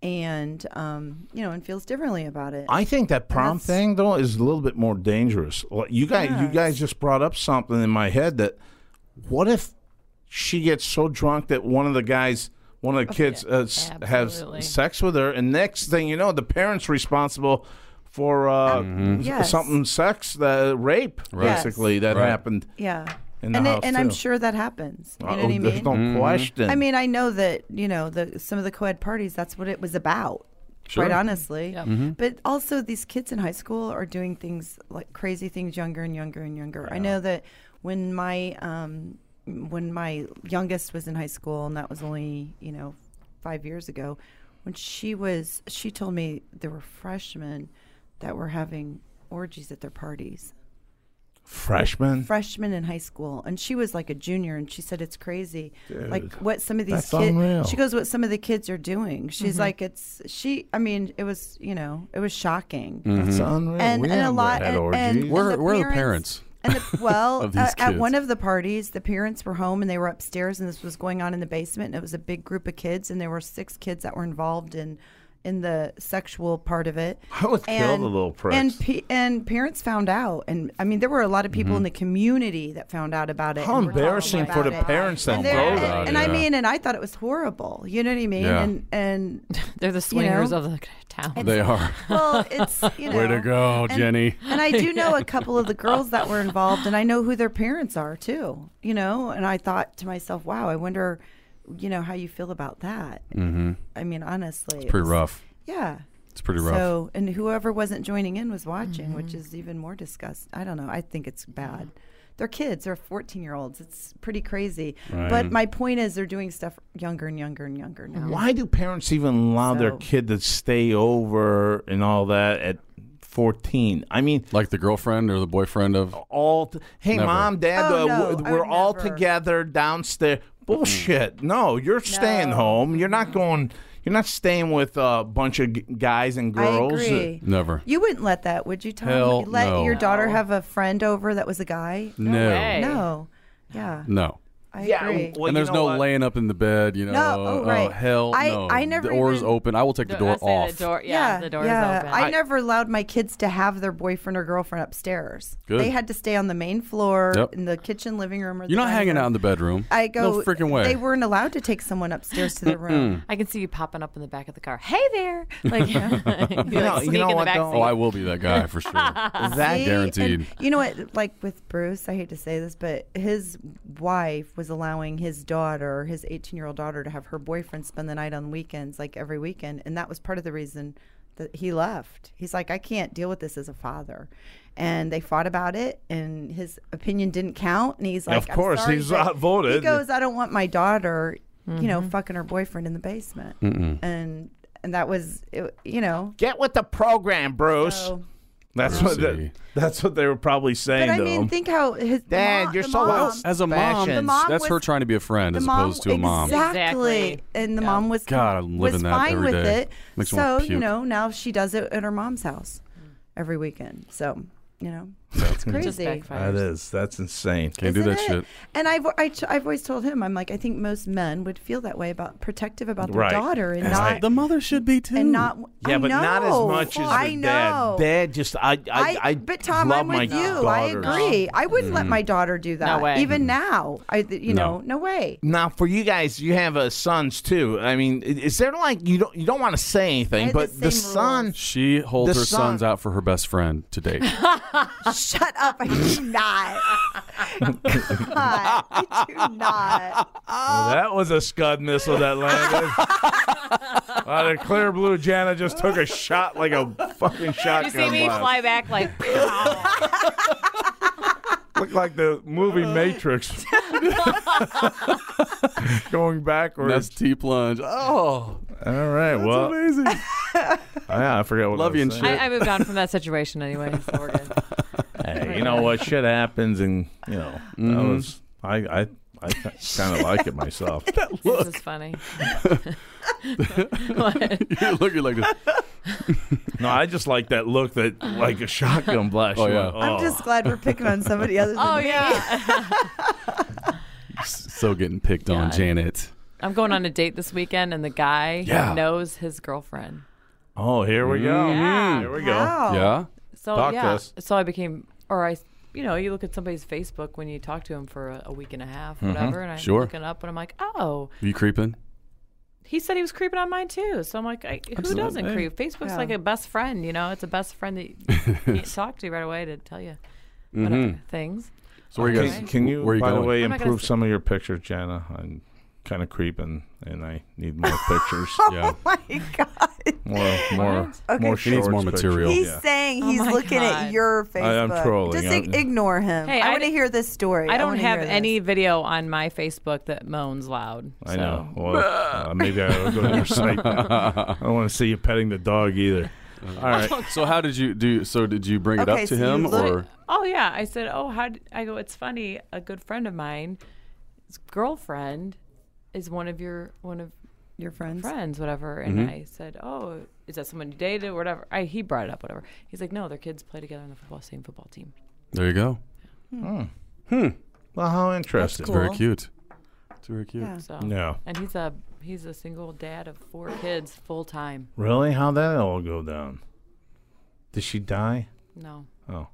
S5: and um, you know, and feels differently about it.
S3: I think that prom
S5: that's-
S3: thing though is a little bit more dangerous. Like, You guys, you guys just brought up something in my head that what if she gets so drunk that one of the guys, one
S5: Oh,
S3: of the kids, uh, s- has
S6: absolutely.
S3: sex with her, and next thing you know, the parents responsible for uh, s-
S5: Yes.
S3: something sex, the uh, rape,
S5: Yes.
S3: basically that happened.
S5: yeah,
S3: In the
S5: and
S3: house,
S5: and I'm
S3: too.
S5: sure that happens. You know what
S3: Uh-oh,
S5: I
S3: there's
S5: mean?
S3: no question.
S5: I mean, I know that you know the some of the co-ed parties. That's what it was about. Quite honestly, but also these kids in high school are doing things like crazy things, younger and younger and younger. I know that when my um, when my youngest was in high school, and that was only you know five years ago, when she was, she told me there were freshmen that were having orgies at their parties
S3: freshman.
S5: freshman in high school and she was like a junior and she said it's crazy like what some of these
S3: that's unreal. Mm-hmm.
S5: kids she goes what some of the kids are doing she's like it's she i mean it was you know it was shocking
S3: That's unreal.
S5: and,
S3: We
S5: and a
S3: haven't
S5: lot
S3: had
S5: and,
S3: orgies.
S5: and- and
S4: Where-
S5: the
S4: where are the parents
S5: parents and the, well
S4: of
S5: uh,
S4: these
S5: at
S4: kids?
S5: one of the parties the parents were home and they were upstairs and this was going on in the basement and it was a big group of kids and there were six kids that were involved in in the sexual part of it
S3: I would kill the little pricks.
S5: and pe- and parents found out and i mean there were a lot of people in the community that found out about it
S3: How
S5: and were talking
S3: embarrassing for
S5: about
S3: the
S5: it.
S3: parents that
S5: and,
S3: go
S5: there- and,
S3: there.
S5: and i
S4: Yeah.
S5: mean and i thought it was horrible you know what i mean
S4: Yeah.
S5: and and
S6: They're the swingers of the town.
S4: They are.
S5: well, it's you know.
S4: Way to go,
S5: and-
S4: Jenny.
S5: And I do know a couple of the girls that were involved, and I know who their parents are too. You know, and I thought to myself, wow, I wonder, you know, how you feel about that. Mm-hmm. I mean, honestly, it's
S4: Pretty rough.
S5: Yeah.
S4: It's pretty rough. Mm-hmm.
S5: So, and whoever wasn't joining in was watching, which is even more disgust. I don't know. I think it's bad. they're kids, they're 14 year olds. It's pretty crazy. But my point is, they're doing stuff younger and younger and younger now.
S3: Why do parents even allow their
S5: So-
S3: kid to stay over and all that at 14? I mean,
S4: Like the girlfriend or the boyfriend of.
S3: all. T- hey,
S4: Never.
S3: mom, dad,
S5: Oh,
S3: uh,
S5: no,
S3: we're,
S5: I
S3: we're
S5: would
S3: all
S5: never.
S3: together downstairs. Bullshit. No, you're staying
S5: No.
S3: home. You're not going. You're not staying with a bunch of g- guys and girls.
S5: I agree.
S4: Never.
S5: You wouldn't let that, would you, Tom?
S4: Hell
S5: You'd let
S4: no.
S5: your daughter have a friend over that was a guy?
S4: No.
S6: way.
S5: No. Yeah.
S4: No.
S5: I
S3: Yeah,
S5: agree.
S3: well,
S4: and
S3: you
S4: there's
S3: know
S4: no
S3: what?
S4: laying up in the bed, you know. uh,
S5: No, oh, right.
S4: hell
S5: I-
S4: no.
S5: I never
S4: The door's
S5: even-
S4: open. I will take the door
S6: I say
S4: off.
S6: The door, yeah, the door
S5: yeah.
S6: is open.
S5: I, never allowed my kids to have their boyfriend or girlfriend upstairs.
S4: Good.
S5: They had to stay on the main floor
S4: Yep.
S5: in the kitchen, living room, or the
S4: You're not
S5: dining
S4: hanging
S5: room.
S4: out in the bedroom.
S5: I go.
S4: No freaking way.
S5: They weren't allowed to take someone upstairs to their room.
S6: I can see you popping up in the back of the car. Hey there! Like, you
S3: know-
S6: like
S3: you
S6: sneak
S3: know
S6: in the
S3: what,
S6: back
S3: though?
S4: oh, I
S6: seat.
S4: will be that guy for sure.
S5: See?
S4: guaranteed.
S5: And you know what? Like with Bruce, I hate to say this, but his wife was allowing his daughter, his 18 year old daughter, to have her boyfriend spend the night on weekends, like every weekend. And that was part of the reason that he left. He's like, I can't deal with this as a father. And they fought about it, and his opinion didn't count. And he's like,
S3: Of
S5: "I'm
S3: course,
S5: sorry,"
S3: he's
S5: but
S3: outvoted.
S5: He goes, I don't want my daughter, you know, fucking her boyfriend in the basement. And and that was, it, you know.
S3: Get with the program, Bruce.
S5: so-
S3: That's what
S4: Brucey.
S3: the, that's what they were probably saying
S5: But I
S3: to
S5: mean,
S3: him.
S5: think how his the
S3: Dad,
S5: mom-
S3: you're
S5: the
S3: so
S5: mom-
S3: out-
S4: as a mom,
S3: Fashion. The
S5: mom
S4: that's her
S5: was-
S4: trying to be a friend as opposed to a mom.
S5: Exactly.
S6: Exactly.
S5: And the mom was
S4: God, I'm living
S5: was
S4: that
S5: fine
S4: every
S5: with
S4: day.
S5: it.
S4: Makes me wanna
S5: so, you
S4: puke.
S5: know, now she does it at her mom's house every weekend. So, you know, it's
S6: Just
S5: crazy.
S3: That
S6: backfires.
S3: is. That's insane.
S4: Can't do
S5: Isn't
S4: that
S5: it?
S4: shit.
S5: And I've, I, t- I've always told him, I'm like, I think most men would feel that way about protective about their
S3: Right.
S5: daughter and
S3: Right.
S5: not,
S4: The mother should be too.
S5: and not,
S3: Yeah,
S5: I
S3: but not as
S5: know.
S3: much as
S5: I
S3: with
S5: know.
S3: dad. Dad just I I, I,
S5: but Tom,
S3: love
S5: I'm
S3: my Mm.
S5: with you. I
S3: daughters.
S5: agree. I wouldn't let my daughter do that.
S6: way.
S5: Even now, I, you
S4: No.
S5: know, no way.
S3: Now, for you guys, you have uh, sons too. I mean, i- is there like you don't you don't want to say
S5: I
S3: anything,
S5: had
S3: but
S5: the
S3: the,
S5: same
S3: son
S4: She holds
S3: The
S4: her
S3: son-
S4: sons out for her best friend to date.
S5: Shut up! I do not. God, I do not.
S3: that was a scud missile that landed. the clear blue Jana just took a shot like a fucking shotgun.
S6: You see me fly back like,
S3: Looked like the movie
S5: Uh.
S3: Matrix, going backwards.
S4: that's T plunge. Oh,
S3: All right, well,
S4: amazing.
S3: yeah, I forgot what
S4: Love
S3: I was
S4: you and
S3: saying.
S4: shit.
S6: I, I moved on from that situation anyway. So we're good.
S3: Hey, you know what? Shit happens, and you know that
S4: Mm-hmm.
S3: was I I I kind of like it myself.
S6: This is funny. What?
S4: You're looking like this.
S3: No, I just like that look that like a shotgun blast.
S4: Oh,
S3: You're
S4: yeah.
S3: like,
S5: I'm just glad we're picking on somebody other than
S6: Oh
S5: me.
S6: yeah.
S4: So getting picked on,
S6: God.
S4: Janet.
S6: I'm going on a date this weekend, and the guy
S4: Yeah.
S6: knows his girlfriend.
S3: oh, here we go.
S4: Mm-hmm.
S6: Yeah.
S3: Here we go.
S5: Wow.
S4: Yeah.
S6: So
S3: Talk to
S6: yeah.
S3: us.
S6: So I became, or I, you know, you look at somebody's Facebook when you talk to him for a, a week and a half,
S3: Mm-hmm.
S6: whatever, and I'm
S4: Sure.
S6: looking up, and I'm like, oh,
S4: You creeping?
S6: he said he was creeping on mine too. So I'm like, I, who doesn't
S4: Absolutely.
S6: creep? Facebook's
S5: Yeah.
S6: like a best friend, you know. It's a best friend that you can't talk to right away to tell you what
S3: Mm-hmm.
S6: other things.
S4: So where you guys?
S3: Can, can you,
S4: Where you
S3: by
S4: going?
S3: the way,
S6: I'm not gonna
S3: improve
S6: say-
S3: some of your pictures, Jana? I'm kind of creeping, and I need more pictures.
S4: Yeah.
S5: Oh my God.
S3: More, more,
S5: Okay.
S3: more.
S4: She needs
S3: shorts
S4: more
S3: pictures.
S4: material.
S5: He's
S3: Yeah.
S5: saying he's
S6: Oh, my
S5: looking at
S6: God.
S5: your Facebook.
S3: I am trolling.
S5: Just
S3: I'm-
S5: ig- ignore him.
S6: Hey,
S5: I
S6: I
S5: want to
S6: di-
S5: hear this story.
S6: I don't
S5: wanna
S6: have
S5: hear this.
S6: any video on my Facebook that moans loud.
S3: I
S6: so.
S3: know. Well, uh, maybe I'll go to your site. I don't want to see you petting the dog either. All right.
S4: So how did you do? So did you bring it
S5: Okay,
S4: up to
S5: so you
S4: him,
S5: look-
S4: or
S6: Oh yeah, I said, "Oh, how?" d I I go, "It's funny. A good friend of mine, his girlfriend, is one of your one of
S5: Your friends.
S6: friends, whatever." And
S4: Mm-hmm.
S6: I said, "Oh, is that someone you dated, or whatever?" I, he brought it up, whatever. He's like, "No, their kids play together on the football same football team."
S4: there you go?
S3: Well, how interesting.
S5: That's
S4: Very
S5: Cool.
S4: cute. It's very cute.
S5: Yeah.
S6: So
S3: Yeah.
S6: and he's a he's a single dad of four kids, full time.
S3: Really? How that all go down? Did she die?
S6: No,
S3: Oh.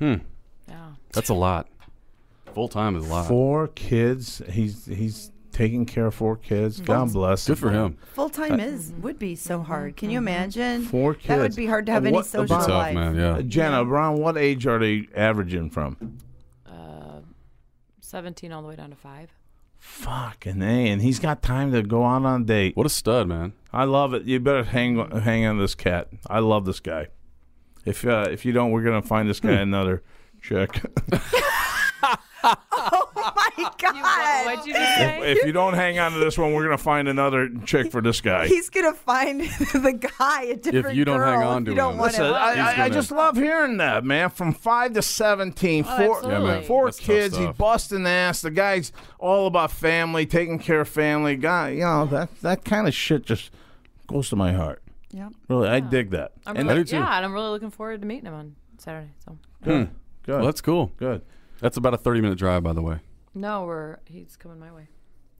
S6: no,
S4: That's a lot. Full time is a lot.
S3: Four kids. He's he's taking care of four kids. God bless.
S4: Good for him.
S5: Full time is would be so hard. Can you
S6: Mm-hmm.
S5: imagine?
S3: Four
S5: That would
S3: kids.
S5: be hard to have
S3: Uh,
S5: any
S3: what
S5: social
S3: about-
S4: Tough
S5: life.
S4: man.
S3: Uh,
S4: Yeah.
S3: Jenna, around what age are they averaging from?
S6: Uh, seventeen all the way down to five.
S3: Fucking a, and he's got time to go out on a date.
S4: What a stud, man.
S3: I love it. You better hang hang on this cat. I
S4: Hmm.
S3: love this guy. If uh, if you don't, we're gonna find this guy another chick.
S5: Oh My
S6: What,
S5: God.
S6: what'd you just say?
S3: If you don't hang on to this one, we're gonna find another chick for this guy.
S5: He's going to find the guy a different
S4: you don't hang
S5: girl
S4: on
S5: if
S4: to
S5: you don't
S4: him.
S5: want
S3: Listen, I,
S4: He's
S3: I, I
S4: gonna-
S3: just love hearing that, man. From five to seventeen,
S6: Oh,
S3: four,
S6: absolutely. Yeah, man.
S3: four
S4: That's tough
S3: kids. He's
S4: stuff.
S3: busting ass. The guy's all about family, taking care of family. Guy, you know that that kind of shit just goes to my heart.
S5: Yep.
S3: Really, I dig that.
S6: I'm
S3: and
S6: really,
S4: I do too.
S6: Yeah, and I'm really looking forward to meeting him on Saturday. So
S3: good,
S4: Well, that's cool.
S3: good.
S4: That's about a 30 minute drive, by the way.
S6: no, we're he's coming my way.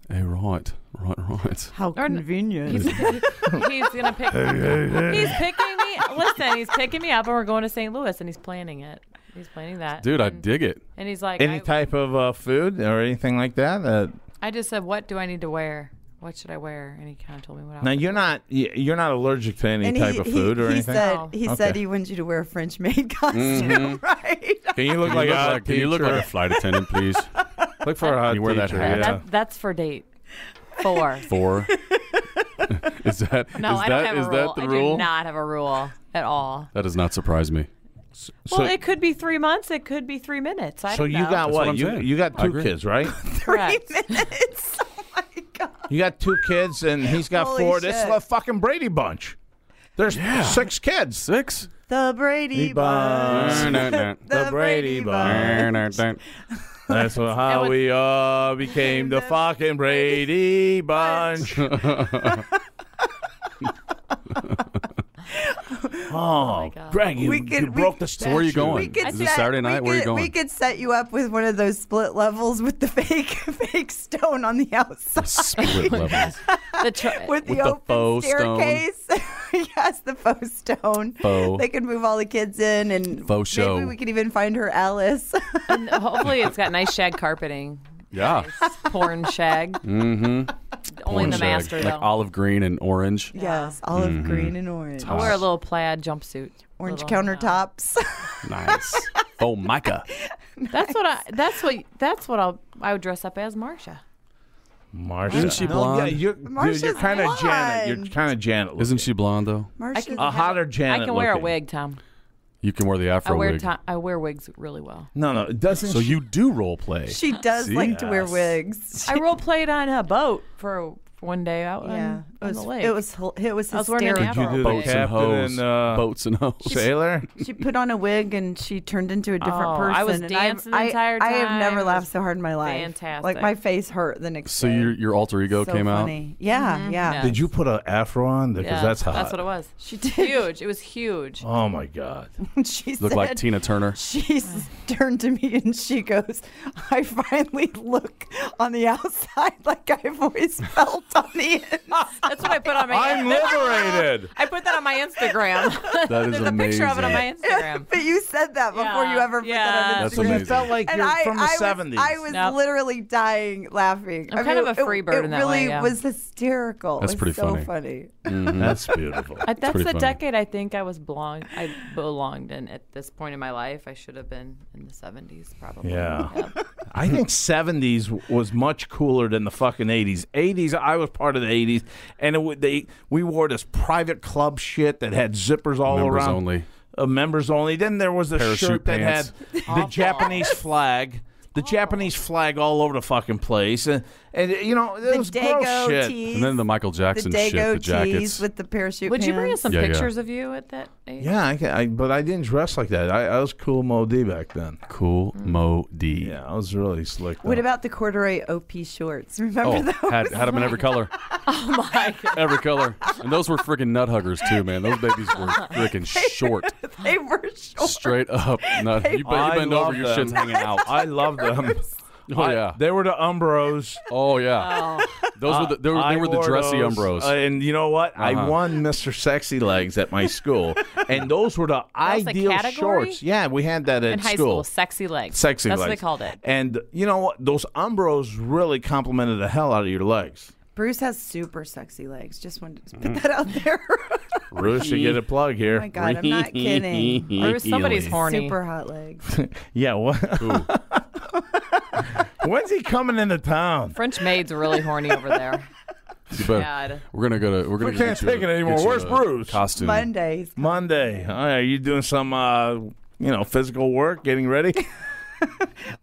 S4: Hey, right, right, right.
S5: How
S6: Or n-
S5: convenient.
S6: He's, he's gonna pick. He's picking me. Listen, he's picking me up, and we're going to St. Louis, and he's planning it. He's planning that,
S4: Dude, I
S6: And-
S4: dig it.
S6: And he's like,
S3: Any
S6: I,
S3: type of uh, food or anything like that. Uh,
S6: I just said, what do I need to wear? What should I wear? And he kind of told me what.
S3: now
S6: I
S3: you're not y- you're not allergic to any
S5: And
S3: type
S5: he,
S3: of food
S5: he,
S3: or
S5: he
S3: anything.
S5: Said,
S6: No.
S5: He
S3: Okay.
S5: said he wanted you to wear a French maid costume,
S4: Mm-hmm.
S5: right?
S3: can you look
S4: Can
S3: like
S4: you look
S3: a
S4: like, can you look like a flight attendant, please?
S3: look for a hot
S4: you wear that
S3: teacher,
S4: hat?
S3: yeah.
S6: that, that's for date four.
S4: Four. is that is
S6: No, I
S4: that
S6: don't have
S4: is
S6: a
S4: that
S6: rule.
S4: the
S6: I
S4: rule?
S6: do not have a rule at all.
S4: That does not surprise me.
S3: So-
S6: well, it could be three months. It could be three minutes. I
S3: So
S6: don't
S3: you
S6: know.
S3: got
S4: That's
S3: what?
S4: what I'm
S3: you
S4: saying.
S3: you got
S4: I
S3: two
S4: agree.
S3: kids, right?
S5: Three
S6: Correct.
S5: minutes. Oh my God.
S3: You got two kids, and he's got
S5: Holy
S3: four. This is
S5: shit.
S3: the fucking Brady bunch. There's six kids.
S4: Six.
S5: The Brady Bunch.
S4: the
S5: The Brady Bunch.
S3: That's how
S6: would-
S3: we all became the fucking Brady bunch. oh,
S6: God.
S3: Oh, Greg, you,
S5: Oh We could-
S3: you
S5: we-
S3: broke the statue.
S4: So where are you
S5: We
S4: going?
S5: could
S4: Is this
S5: set-
S4: Saturday
S5: we
S4: night? Where are you
S5: could- We
S4: going?
S5: could set you up with one of those split levels with the fake fake stone on the outside
S4: Split levels.
S6: The tr-
S5: with the
S4: With the
S5: open
S4: faux stone.
S5: staircase. yes, the faux stone.
S4: Faux.
S5: They could move all the kids in and
S4: Faux show.
S5: maybe we could even find her Alice.
S6: and hopefully, it's got nice shag carpeting.
S4: Yeah.
S6: It's porn shag. Mm-hmm. Only
S4: Orange
S6: the
S4: egg.
S6: master
S4: Like
S6: though.
S4: olive green and orange.
S5: yes, olive
S4: Mm-hmm.
S5: green and orange.
S6: I'll wear a little plaid jumpsuit.
S5: Orange
S6: Little, uh,
S5: countertops.
S4: Nice. Oh, Micah.
S6: yeah. That's what I. That's what. That's what I'll. I would dress up as Marsha.
S3: Marsha.
S4: Isn't she
S3: No, yeah,
S4: blonde?
S3: you're, dude, you're
S5: Marsha's
S3: kind of Janet. You're
S5: blonde.
S3: kind of Janet. looking.
S4: Isn't she blonde though?
S5: Marsha's
S3: a hotter Janet?
S6: I can wear a
S3: looking.
S6: wig, Tom.
S4: You can wear the
S6: I
S4: afro
S6: wear
S4: wig.
S6: Tom, I wear wigs really well.
S3: No, no, doesn't.
S4: So
S3: she-
S4: you do role play.
S5: she does
S4: See?
S5: like to wear wigs.
S6: I role played on a boat for one day out
S5: yeah,
S6: on,
S5: it was
S6: on the lake.
S5: it was hil- it was
S6: I was wearing an
S5: hysterical.
S6: afro.
S3: you do
S4: boats
S3: Captain
S4: and hoes.
S3: and, uh,
S4: boats and hoes.
S3: sailor?
S5: She put on a wig and she turned into a different
S6: Oh,
S5: person.
S6: I was
S5: and
S6: dancing the
S5: I,
S6: entire
S5: I have
S6: time.
S5: never
S6: It
S5: laughed
S6: was
S5: so hard in my life. Like
S6: fantastic.
S5: my face hurt the next
S4: So
S5: day.
S4: your your alter ego
S5: so
S4: came out.
S5: funny. Yeah, yeah.
S6: Mm-hmm. Yeah.
S3: Did you put an afro on? Because
S6: Yeah,
S3: that's hot.
S6: That's what it was. She did. Huge. It was huge.
S3: Oh my god.
S5: she
S4: Look
S5: said,
S4: like Tina Turner.
S5: She s- turned to me and she goes, "I finally look on the outside like I've always felt on the inside."
S6: That's what I put on my.
S3: Oh. I'm liberated.
S6: I put that on my Instagram.
S4: That is
S6: There's a picture of it on my Instagram.
S5: but you said that before
S6: Yeah,
S5: you ever put that on the
S6: yeah.
S4: That's
S5: Instagram.
S4: amazing.
S3: It felt like
S5: And
S3: you're
S5: I,
S3: from the
S5: I
S3: seventies.
S5: was, I was
S6: Nope.
S5: literally dying laughing.
S6: I'm
S5: I
S6: kind
S5: mean,
S6: of a
S5: it-
S6: free
S5: it,
S6: bird in that
S5: really
S6: way, yeah.
S5: was hysterical.
S4: That's
S5: it was
S4: pretty
S5: so
S4: funny.
S5: funny.
S3: Mm, That's beautiful.
S6: I, that's the
S4: pretty funny.
S6: decade I think I was belong. I belonged in at this point in my life. I should have been in the 70s probably.
S3: Yeah. I think seventies was much cooler than the fucking eighties. Eighties, I was part of the eighties, and it, would- they we wore this private club shit that had zippers all
S4: Members
S3: around.
S4: only.
S3: Uh, members only. Then there was a
S4: Parachute
S3: shirt that
S4: pants.
S3: had the Japanese
S5: Oh.
S3: flag. The Japanese flag all over the fucking place, and, and you know it
S5: The
S3: was gross
S5: Dago
S3: shit.
S5: tees.
S4: And then the Michael
S5: the
S4: Jackson shit, the
S5: Dago tees
S4: jackets.
S5: with the parachute.
S6: Would you bring
S5: pants.
S6: us some
S4: Yeah, yeah.
S6: pictures of you at that age?
S3: Yeah, I, ca- I but I didn't dress like that. I, I was cool Mo D back then.
S4: cool
S5: Mm.
S4: Mo D.
S3: Yeah, I was really slick.
S5: What
S3: then.
S5: about the corduroy OP shorts? Remember
S4: Oh,
S5: those? Oh
S4: had had them in every color,
S6: My God.
S4: every color, and those were freaking nut huggers too, man. Those babies were freaking short,
S5: they were short.
S4: straight up nut. You, be- you
S3: I
S4: bend
S3: love
S4: over, your
S3: them.
S4: shit's hanging out.
S3: I love them.
S4: Oh yeah,
S3: They were the Umbros.
S4: oh yeah.
S6: Oh,
S4: Those were the they were,
S3: I
S4: they were the
S3: wore
S4: dressy
S3: those,
S4: umbros.
S3: uh, and you know what? I
S4: Uh-huh.
S3: won Mr. Sexy Legs at my school, and those were the
S6: was a
S3: ideal
S6: category?
S3: shorts. Yeah, we had that at
S6: in high school, sexy legs.
S3: Sexy
S6: That's
S3: legs.
S6: what they called it.
S3: And you know what? Those Umbros really complimented the hell out of your legs.
S5: Bruce has super sexy legs. Just wanted to
S3: Mm.
S5: put that out there. oh
S3: Bruce, you get a plug
S6: Oh
S3: here.
S5: my god, I'm not kidding.
S6: Or somebody's horny.
S5: Super hot legs.
S3: Yeah. What? When's he coming into town?
S6: French maids are really horny over there.
S4: You better-
S6: God.
S4: We're gonna go to. We're gonna.
S3: We
S4: get
S3: can't
S4: you a-
S3: take it anymore.
S4: get you
S3: Where's
S4: a
S3: Bruce?
S4: Costume.
S5: Mondays.
S3: Monday. All right, are you doing some, uh, you know, physical work, getting ready?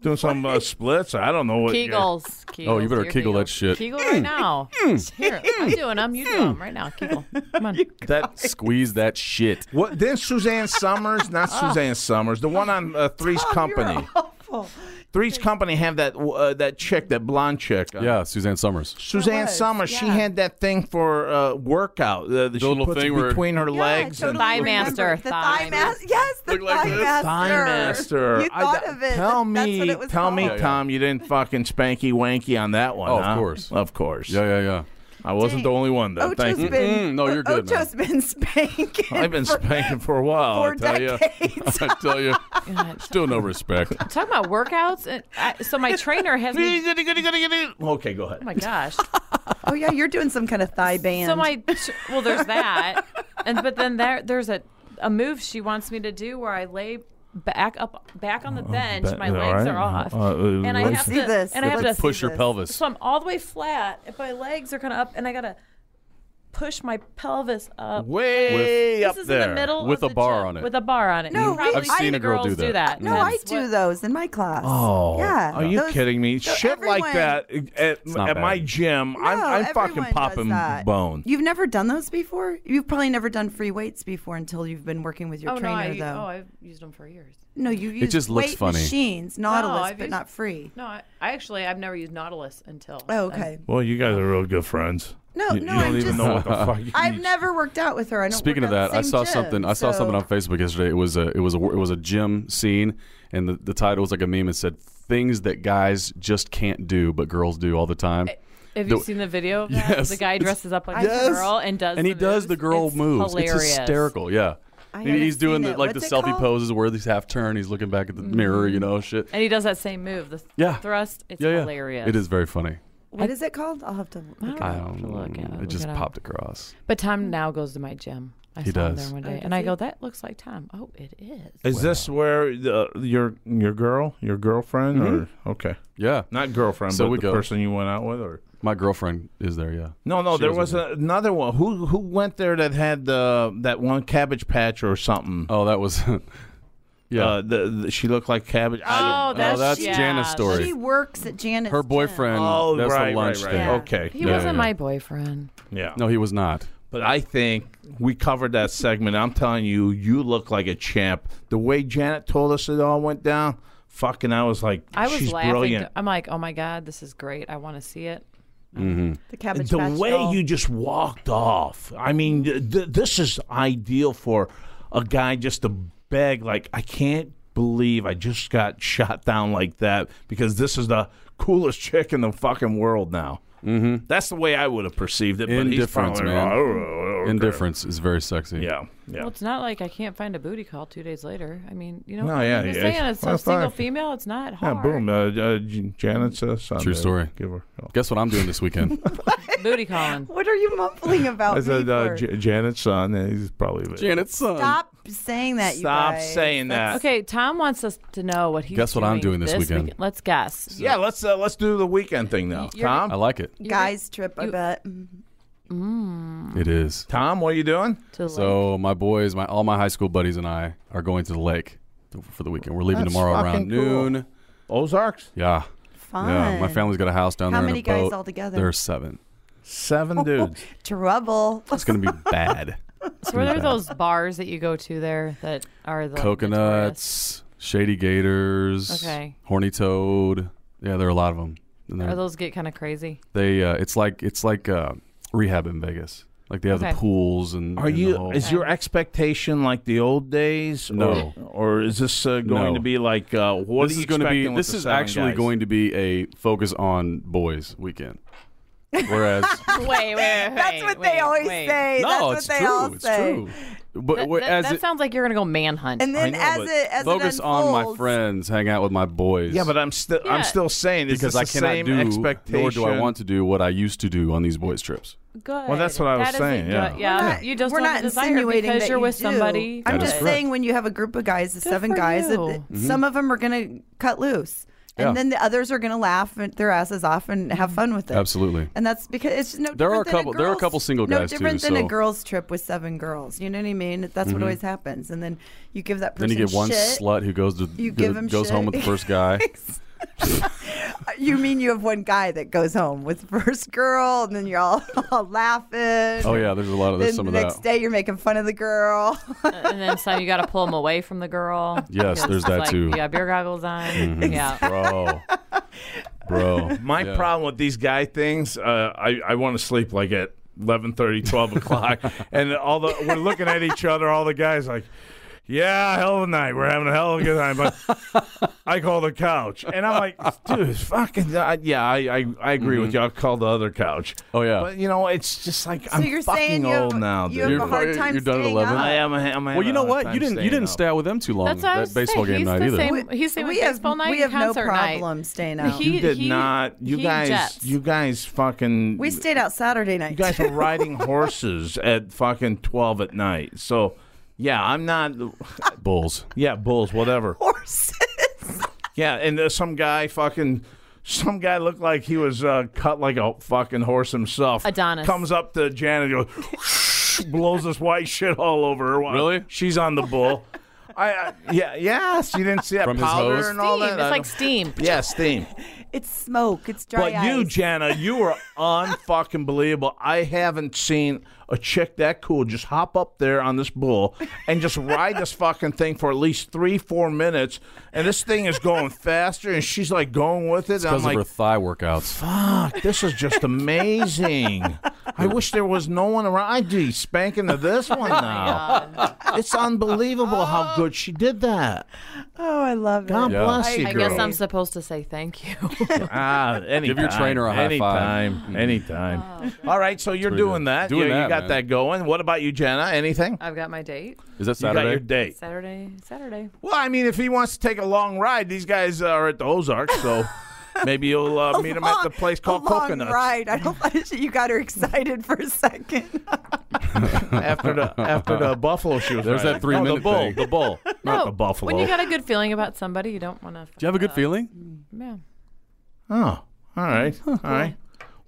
S3: Doing some uh, splits. I don't know what. you're-
S6: Kegels.
S4: Oh, you
S6: Kegels,
S4: better
S6: dear
S4: kegel that
S6: Kegels.
S4: shit.
S6: Kegel right now. Here, I'm doing them. You do them right now. Kegel. Come on.
S3: That
S4: Squeeze that shit.
S3: what? Then Suzanne Summers, not Suzanne Summers, the one on uh,
S5: Oh,
S3: Three's Company.
S5: Awful.
S3: Three's Company have that uh, that chick, that blonde chick. uh,
S4: Yeah, Suzanne Summers.
S3: Suzanne Summers, she had that thing for uh, workout. Uh, the
S4: little thing where-
S3: between her legs.
S5: Yeah, I
S3: and-
S5: totally
S6: Thigh master,
S5: remember. The
S6: thigh
S5: thigh master. Yes, the
S4: Look like
S5: thigh
S4: this.
S5: master.
S3: Thigh master.
S5: You
S3: I
S5: thought
S3: got-
S5: of it.
S3: Tell
S5: That-
S3: me,
S5: that's what it was
S3: tell me,
S5: called.
S3: Tom, you didn't fucking spanky wanky on that one.
S4: Oh, of
S3: huh?
S4: course.
S3: of course.
S4: Yeah, yeah, yeah.
S3: I wasn't the only one though.
S5: Ocho's
S3: Oh, Thank you.
S5: Oh, been.
S4: Mm-mm. No, you're good, man.
S5: Ocho's been spanking.
S3: I've been
S5: for
S3: spanking for a while.
S5: four
S3: I tell you.
S5: decades.
S4: I tell you, still no respect.
S6: Talking about workouts. And I, so my trainer has me.
S3: Okay, go ahead.
S6: Oh my gosh.
S5: oh yeah, you're doing some kind of thigh band.
S6: So my well, there's that, and but then there there's a a move she wants me to do where I lay back up back on the bench.
S3: bet-
S6: my
S3: all
S6: legs
S3: right.
S6: are off,
S3: Uh, uh,
S6: and I
S3: let's
S6: have
S5: see
S6: to
S5: this.
S6: and I have
S5: Let's
S6: to
S5: see
S4: Push your
S5: this.
S4: pelvis.
S6: So I'm all the way flat. If my legs are kind of up, and I gotta push my pelvis up.
S3: Way
S6: this
S3: up
S6: is
S3: there
S6: in the middle
S4: With
S6: of
S4: a
S6: the
S4: bar
S6: gym,
S4: on it.
S6: With a bar on it.
S5: No,
S6: You've
S5: I-
S6: probably
S5: I've
S6: seen
S4: seen a
S6: the
S4: girl do
S6: girls
S4: that.
S5: no, I
S6: That's
S5: do
S6: what-
S5: those in my class.
S3: Oh,
S5: yeah.
S3: Are you
S5: Those-
S3: kidding me?
S5: so
S3: Shit like
S5: everyone-
S3: that at,
S4: not
S3: at my
S4: bad.
S3: gym, I'm,
S5: No,
S3: I'm fucking
S5: everyone does
S3: popping
S5: that.
S3: bone.
S5: You've never done those before. You've probably never done free weights before until you've been working with your
S6: Oh no,
S5: trainer,
S6: I,
S5: though.
S6: oh, I've used them for years.
S5: no, you use
S4: just looks
S5: weight
S4: funny.
S5: machines, Nautilus,
S6: I've
S5: but
S6: used-
S5: not free.
S6: No, I, I actually I've never used Nautilus until.
S5: Oh, okay.
S3: Well, you guys are real good friends.
S5: No,
S3: you,
S5: no,
S3: you don't
S5: I'm
S3: even
S5: just-
S3: know what the fuck. you-
S5: I've never worked out with her. I don't.
S4: Speaking of
S5: work out
S4: that, I
S5: the
S4: saw
S5: same gym,
S4: something. I saw
S5: so-
S4: something on Facebook yesterday. It was a it was a it was a gym scene, and the, the title was like a meme. It said things that guys just can't do, but girls do all the time.
S6: Have you
S4: The-
S6: seen the video? Of that?
S4: Yes.
S6: The guy dresses up like
S4: Yes.
S6: a girl and does
S4: and he
S6: the
S4: does
S6: moves.
S4: the girl
S6: It's
S4: moves.
S6: Hilarious.
S4: It's hysterical. Yeah.
S5: I
S4: And
S5: haven't
S4: he's doing
S5: seen
S4: the,
S5: it.
S4: like
S5: What's
S4: the
S5: it
S4: selfie
S5: called? Mm-hmm.
S4: poses where he's half turned. He's looking back at the mirror, you know, shit.
S6: And he does that same move. The th-
S4: Yeah.
S6: thrust. It's
S4: yeah, yeah.
S6: hilarious.
S4: It is very funny.
S5: What is it called? I'll have to. Look it
S6: I
S4: I
S5: up.
S6: have
S4: don't
S6: to look it up,
S4: know.
S6: look
S4: Um, It just
S6: it up.
S4: popped across.
S6: But Tom now goes to my gym. I
S4: He
S6: saw him
S4: does.
S6: there one day,
S5: Oh, does
S6: and I
S5: he?
S6: go, "That looks like Tom." Oh, it is.
S3: Is this where the, your your girl, your girlfriend, or okay,
S4: Yeah.
S3: Mm-hmm. not girlfriend,
S4: So
S3: but
S4: we
S3: the
S4: go.
S3: person you went out with, or
S4: My girlfriend is there, yeah.
S3: no, no,
S4: She
S3: there was
S4: was with
S3: a, another one. Who who went there that had the that one cabbage patch or something?
S4: Oh, that was Yeah.
S3: Uh, the, the, she looked like cabbage. I don't-
S6: Oh, that's,
S4: that's
S6: yeah,
S4: Jana's story.
S5: She works at Janet's.
S4: Her
S5: gym.
S4: boyfriend
S3: Oh,
S4: that's
S3: right,
S4: the lunch
S3: right,
S4: thing.
S3: right.
S5: Yeah.
S3: Okay,
S6: He
S4: Yeah,
S6: wasn't
S4: yeah.
S6: my boyfriend.
S3: yeah.
S4: No, he was not.
S3: But I think we covered that segment. I'm telling you, you look like a champ. The way Janet told us it all went down, fucking, I was like,
S6: I was
S3: she's
S6: laughing.
S3: brilliant.
S6: I'm like, "Oh my god, this is great. I want to see it."
S5: The cabbage
S3: the
S5: Patch
S3: way
S5: doll.
S3: you just walked off. I mean, th- th- this is ideal for a guy just to beg, like, I can't believe I just got shot down like that because this is the coolest chick in the fucking world now. Mm-hmm. That's the way I would have perceived it. But he's
S4: Indifference,
S3: probably,
S4: man.
S3: "Oh, okay."
S4: Indifference is very sexy.
S3: Yeah, yeah.
S6: Well, it's not like I can't find a booty call two days later. I mean, you know,
S3: No,
S6: I'm
S3: yeah,
S6: just
S3: yeah.
S6: saying it's
S3: Well,
S6: a single
S3: fuck.
S6: female. It's not
S3: Yeah,
S6: hard.
S3: boom. Uh, uh, J- Janet's uh, son.
S4: True story.
S3: Give her. oh.
S4: Guess what I'm doing this weekend?
S6: Booty calling.
S5: What are you mumbling about?
S3: I said
S5: me
S3: uh,
S5: for?
S3: J- Janet's son. and He's probably.
S4: Janet's son.
S5: Stop saying that. You
S3: Stop
S5: guys.
S3: saying that.
S6: Okay, Tom wants us to know what he's.
S4: Guess what I'm doing this weekend.
S6: Let's guess.
S3: Yeah, let's uh, let's do the weekend thing now.
S6: You're-
S4: I
S3: Tom,
S4: like it.
S5: Guys trip, I bet.
S4: It is.
S3: Tom, what are you doing?
S6: To like-
S4: So my boys, my all my high school buddies and I are going to the lake to- for the weekend. We're leaving
S3: That's
S4: tomorrow around
S3: fucking cool.
S4: noon.
S3: Ozarks.
S4: Yeah.
S5: Fun.
S4: Yeah. My family's got a house down
S5: How
S4: there. in
S5: many
S4: a
S5: guys
S4: boat.
S5: all together?
S4: There are seven.
S3: Seven dudes.
S5: Trouble.
S4: It's gonna be bad.
S6: So were there those bars that you go to there that are the
S4: Coconuts, shady gators,
S6: Okay.
S4: horny toad. Yeah, there are a lot of them. And
S6: notorious?
S4: they're-
S6: Or those get kind of crazy.
S4: they, uh, it's like it's like uh, rehab in Vegas. Like they have
S6: Okay.
S4: the pools and.
S3: Are
S4: and the
S3: you?
S4: whole-
S3: Is your expectation like the old days?
S4: No.
S3: Or, or is this uh, going
S4: No.
S3: to be like uh, what
S4: this
S3: are you
S4: is going to be.
S3: expecting with
S4: This
S3: the
S4: is
S3: seven
S4: actually
S3: guys?
S4: going to be a focus on boys weekend. Whereas
S6: Wait, wait, wait.
S5: That's what they always say. That's
S4: no,
S5: what
S4: it's
S5: they
S4: true.
S5: all
S4: it's
S5: say.
S4: true. But
S6: That,
S4: wh-
S6: that-
S4: as
S6: that
S4: it,
S6: sounds like you're gonna go manhunt.
S5: And then
S3: know,
S5: as
S3: but
S5: it as
S4: focus
S5: it
S4: on my
S5: unfolds,
S4: friends, hang out with my boys.
S3: Yeah, but I'm still
S6: Yeah.
S3: I'm still saying is
S4: because
S3: this
S4: I
S3: the
S4: cannot
S3: same
S4: do,
S3: expectation.
S4: nor do I want to do what I used to do on these boys trips.
S6: good.
S3: Well, that's what I was
S6: That is a
S3: saying, yeah.
S6: good-
S5: We're
S6: yeah.
S5: not-
S6: you just
S5: we're
S6: don't
S5: not
S6: desire
S5: insinuating
S6: because
S5: that
S6: you're
S5: you
S6: with
S5: do.
S6: somebody.
S5: I'm
S6: that-
S5: just saying when you have a group of guys, the
S6: Good
S5: seven
S6: for
S5: guys, that-
S6: you.
S5: that some of them are gonna cut loose. And
S4: Mm-hmm. Yeah.
S5: then the others are going to laugh and- their asses off and
S6: Mm-hmm.
S5: have fun with it.
S4: Absolutely.
S5: And that's because it's no.
S4: There are a
S5: different than
S4: couple- there are a
S5: girls-
S4: couple single
S5: no
S4: guys, too,
S5: different than
S4: so- Mm-hmm.
S5: a girls' trip with seven girls. You know what I mean? That's what always happens. And then you give that
S4: Then
S5: person.
S4: you get one
S5: shit.
S4: slut who goes to
S5: You
S4: go-
S5: give him
S4: goes
S5: shit.
S4: home with the first guy.
S5: You mean you have one guy that goes home with the first girl, and then you're all, all laughing.
S4: oh yeah, there's a lot of there's
S5: then
S4: some
S5: the
S4: of
S5: next
S4: that.
S5: day you're making fun of the girl.
S8: and then some you got to pull them away from the girl.
S4: Yes,
S8: Because
S4: there's that
S8: like,
S4: too.
S8: Yeah, beer goggles on. Yeah.
S4: Bro. Bro.
S3: My problem with these guy things, uh, I, I want to sleep like at 11.30, 12 o'clock. and all the we're looking at each other, all the guys like, yeah, hell of a night. We're having a hell of a good time. But I call the couch. And I'm like, dude, it's fucking, I yeah, I, I, I agree with you. I'll call the other couch.
S4: Mm-hmm. Oh yeah.
S3: But, you know, it's just like,
S5: so
S3: I'm
S5: you're
S3: fucking
S5: saying you
S3: old
S5: have,
S3: now,
S5: you
S3: dude.
S5: have
S4: You're
S5: a hard
S4: fu-
S5: time
S4: you're done at
S5: staying
S4: 11?
S5: up.
S3: I am, I am
S4: well, you know what? You didn't you didn't stay
S3: stay.
S4: out with them too long
S8: That's what I was
S4: that baseball
S8: saying.
S4: game
S8: He's
S4: night
S8: the
S4: either.
S8: same- He's saying
S5: we
S8: with
S5: have,
S8: baseball night
S5: we
S8: and
S5: have no
S8: concert night.
S5: problem staying out.
S8: He-
S3: You did
S8: he-
S3: not. You
S8: he
S3: guys,
S8: jets.
S3: you guys fucking.
S5: we stayed out Saturday night.
S3: You guys are riding horses at fucking 12 at night. So, yeah, I'm not.
S4: Bulls.
S3: Yeah, bulls, whatever.
S5: horses.
S3: Yeah, and there's some guy fucking. Some guy looked like he was uh, cut like a fucking horse himself.
S8: Adonis.
S3: Comes up to Janet and goes, blows this white shit all over her. while
S4: Really?
S3: She's on the bull. I, I Yeah, yes. You didn't see that
S4: From his
S3: powder
S4: hose?
S3: and all
S8: Steam.
S3: that. I
S8: It's like
S3: don't-
S8: steam.
S3: Yeah, steam.
S5: It's smoke. It's dry
S3: But you,
S5: ice.
S3: Jana, you were unfucking believable. I haven't seen a chick that cool just hop up there on this bull and just ride this fucking thing for at least three, four minutes. And this thing is going faster, and she's like going with it. And I'm
S4: Because of her
S3: like,
S4: thigh workouts.
S3: fuck, this is just amazing. I wish there was no one around. I'd be spanking to this one
S8: Oh
S3: now. It's unbelievable how good she did that.
S5: Oh, I love it.
S3: God
S4: Yeah.
S3: bless you,
S8: I
S3: girl.
S8: guess I'm supposed to say thank you.
S3: Ah, anytime.
S4: your trainer a high
S3: anytime,
S4: five.
S5: Oh,
S3: Anytime. All right, so you're
S4: pretty
S3: doing
S4: good.
S3: that. you,
S4: Doing
S3: you
S4: that,
S3: got
S4: man.
S3: that going. What about you, Jenna? Anything?
S5: Uh,
S8: I've got my date.
S4: Is that
S3: You got your
S4: Saturday?
S3: date.
S8: Saturday. Saturday.
S3: Well, I mean, if he wants to take a long ride, these guys are at the Ozarks, so maybe you'll uh, meet him at the place called
S5: a long
S3: Coconuts
S5: Ride. I don't. You got her excited for a second.
S3: after the after the buffalo shoes.
S4: There's that
S3: no, the
S4: three-minute
S3: bull,
S4: thing.
S3: the bull, not the buffalo.
S8: Oh, When you got a good feeling about somebody, you don't want to.
S4: Do you have a
S6: Uh,
S4: good feeling?
S8: Yeah.
S3: oh, all right, all right.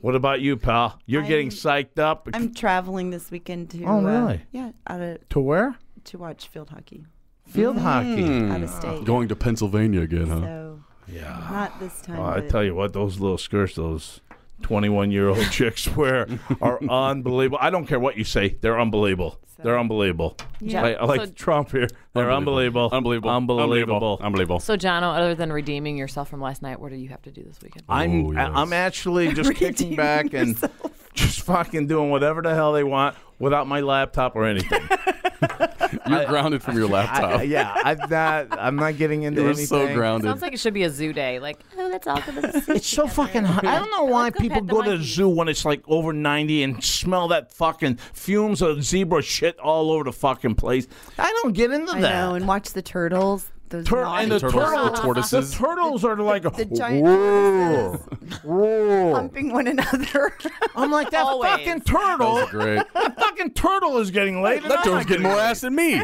S3: What about you, pal? You're getting psyched up
S5: I'm traveling this weekend to.
S3: Oh,
S5: uh,
S3: really?
S5: yeah, out of
S3: to where?
S5: to watch field hockey Hmm.
S3: Field hockey.
S5: out of state.
S4: Going to Pennsylvania again, huh?
S5: So
S3: Yeah.
S5: not this time.
S3: Oh, I
S5: but-
S3: tell you what, those little skirts, those 21 year old chicks wear are unbelievable. I don't care what you say, they're unbelievable. They're unbelievable.
S5: Yeah.
S3: Like, I like
S8: So-
S3: Trump here. They're unbelievable.
S4: Unbelievable.
S3: Unbelievable.
S4: Unbelievable.
S8: So, Jono, other than redeeming yourself from last night, what do you have to do this weekend?
S3: I'm
S4: Oh,
S3: I- I'm
S4: yes.
S3: actually just kicking
S5: Redeeming
S3: back and just fucking doing whatever the hell they want without my laptop or anything.
S4: You're grounded from your laptop.
S3: I- yeah, I'm not I'm not getting into
S4: you were
S3: anything.
S4: so grounded.
S8: Sounds like it should be a zoo day. Like, oh, let's all go to the zoo.
S3: It's so fucking hot. I don't know why
S8: Let's go
S3: people
S8: pet the
S3: go to the
S8: monkeys.
S3: zoo when it's like over 90 and smell that fucking fumes of zebra shit all over the fucking place. I don't get into
S5: I
S3: that.
S5: know, and watch the turtles. Those
S3: Tur-
S5: naughty-
S3: and the,
S4: turtles,
S3: turtles,
S4: the tortoises.
S3: The turtles are like,
S5: the giant
S3: "Roar, roar."
S5: bumping one another.
S3: I'm like, that
S8: Always.
S3: fucking turtle,
S4: Great.
S3: that fucking turtle is getting laid. and
S4: That
S3: I'm
S4: dude's
S3: not
S4: getting more ass than me.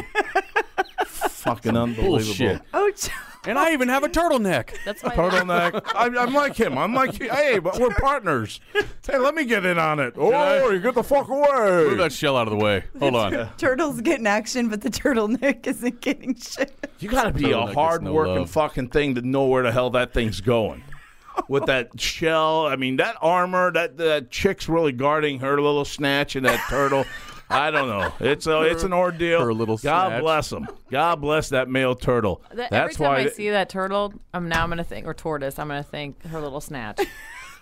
S3: Fucking unbelievable.
S4: Bullshit.
S5: oh, Joe,
S4: And I even have a turtleneck.
S8: That's why.
S3: Turtleneck. I'm, I'm like him. I'm like, hey, but we're partners. Hey, let me get in on it.
S4: I-
S3: Oh, you get the fuck away.
S4: Move that shell out of the way. Hold on.
S5: turtles getting action, but the turtleneck isn't getting shit.
S3: You got to be
S4: Turtleneck
S3: a
S4: gets
S3: hard
S4: no
S3: working
S4: love.
S3: fucking thing to know where the hell that thing's going. With that shell, I mean that armor, that that chick's really guarding her little snatch and that turtle. I don't know. It's a it's an ordeal.
S4: her little
S3: God
S4: snatch.
S3: bless him. God bless that male turtle.
S8: Th- every
S3: That's
S8: time
S3: why
S8: I see that turtle, I'm now I'm gonna think or tortoise, I'm gonna think her little snatch.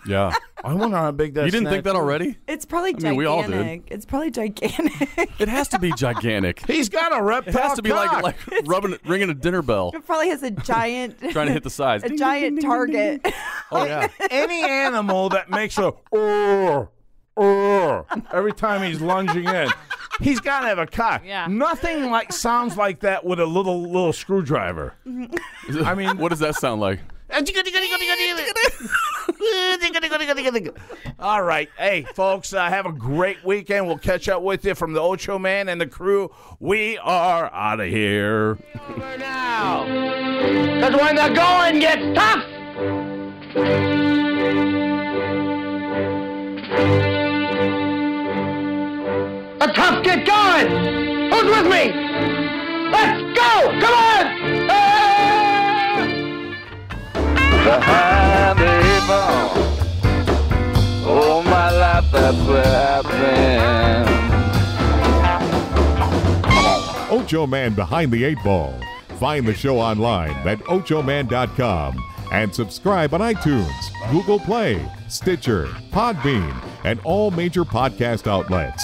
S4: Yeah.
S3: I wonder how big that.
S4: You didn't think
S3: snatch
S4: that already?
S5: It's probably
S4: I mean, we all did.
S5: gigantic. It's probably gigantic.
S4: It has to be gigantic.
S3: is. He's got a reptile.
S4: It has to be like
S5: Oh,
S3: cock.
S4: like rubbing ringing a dinner bell,
S5: it probably has a giant.
S4: trying to hit the sides.
S5: a giant target.
S4: Oh yeah.
S3: any animal that makes a "Urgh, urgh," every time he's lunging in. He's got to have a cock.
S8: Yeah.
S3: Nothing like sounds like that with a little little screwdriver.
S4: I mean, what does that sound like?
S3: All right, hey folks, uh, have a great weekend. We'll catch up with you from the Ocho Man and the crew. We are out of here.
S2: Because when the going gets tough,
S9: The tops get going! Who's with me? Let's go! Come on! Ah!
S2: behind the eight ball. All my life, that's where I've been.
S1: Ocho Man Behind the Eight Ball. Find the show online at ochoman.com and subscribe on iTunes, Google Play, Stitcher, Podbean, and all major podcast outlets.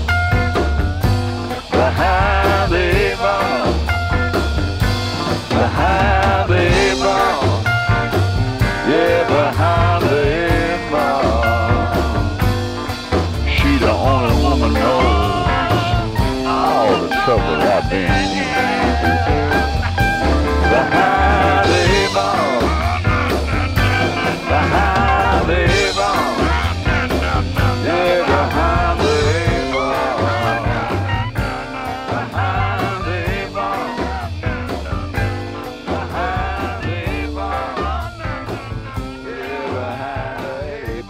S2: Behind the eight ball. Behind the eight ball. Yeah, behind the eight ball. She the only woman knows all the trouble I've been in. Behind the eight ball. Behind the eight ball. Yeah, behind the eight ball. Behind the eight ball. Behind the eight ball. Yeah, behind the eight ball.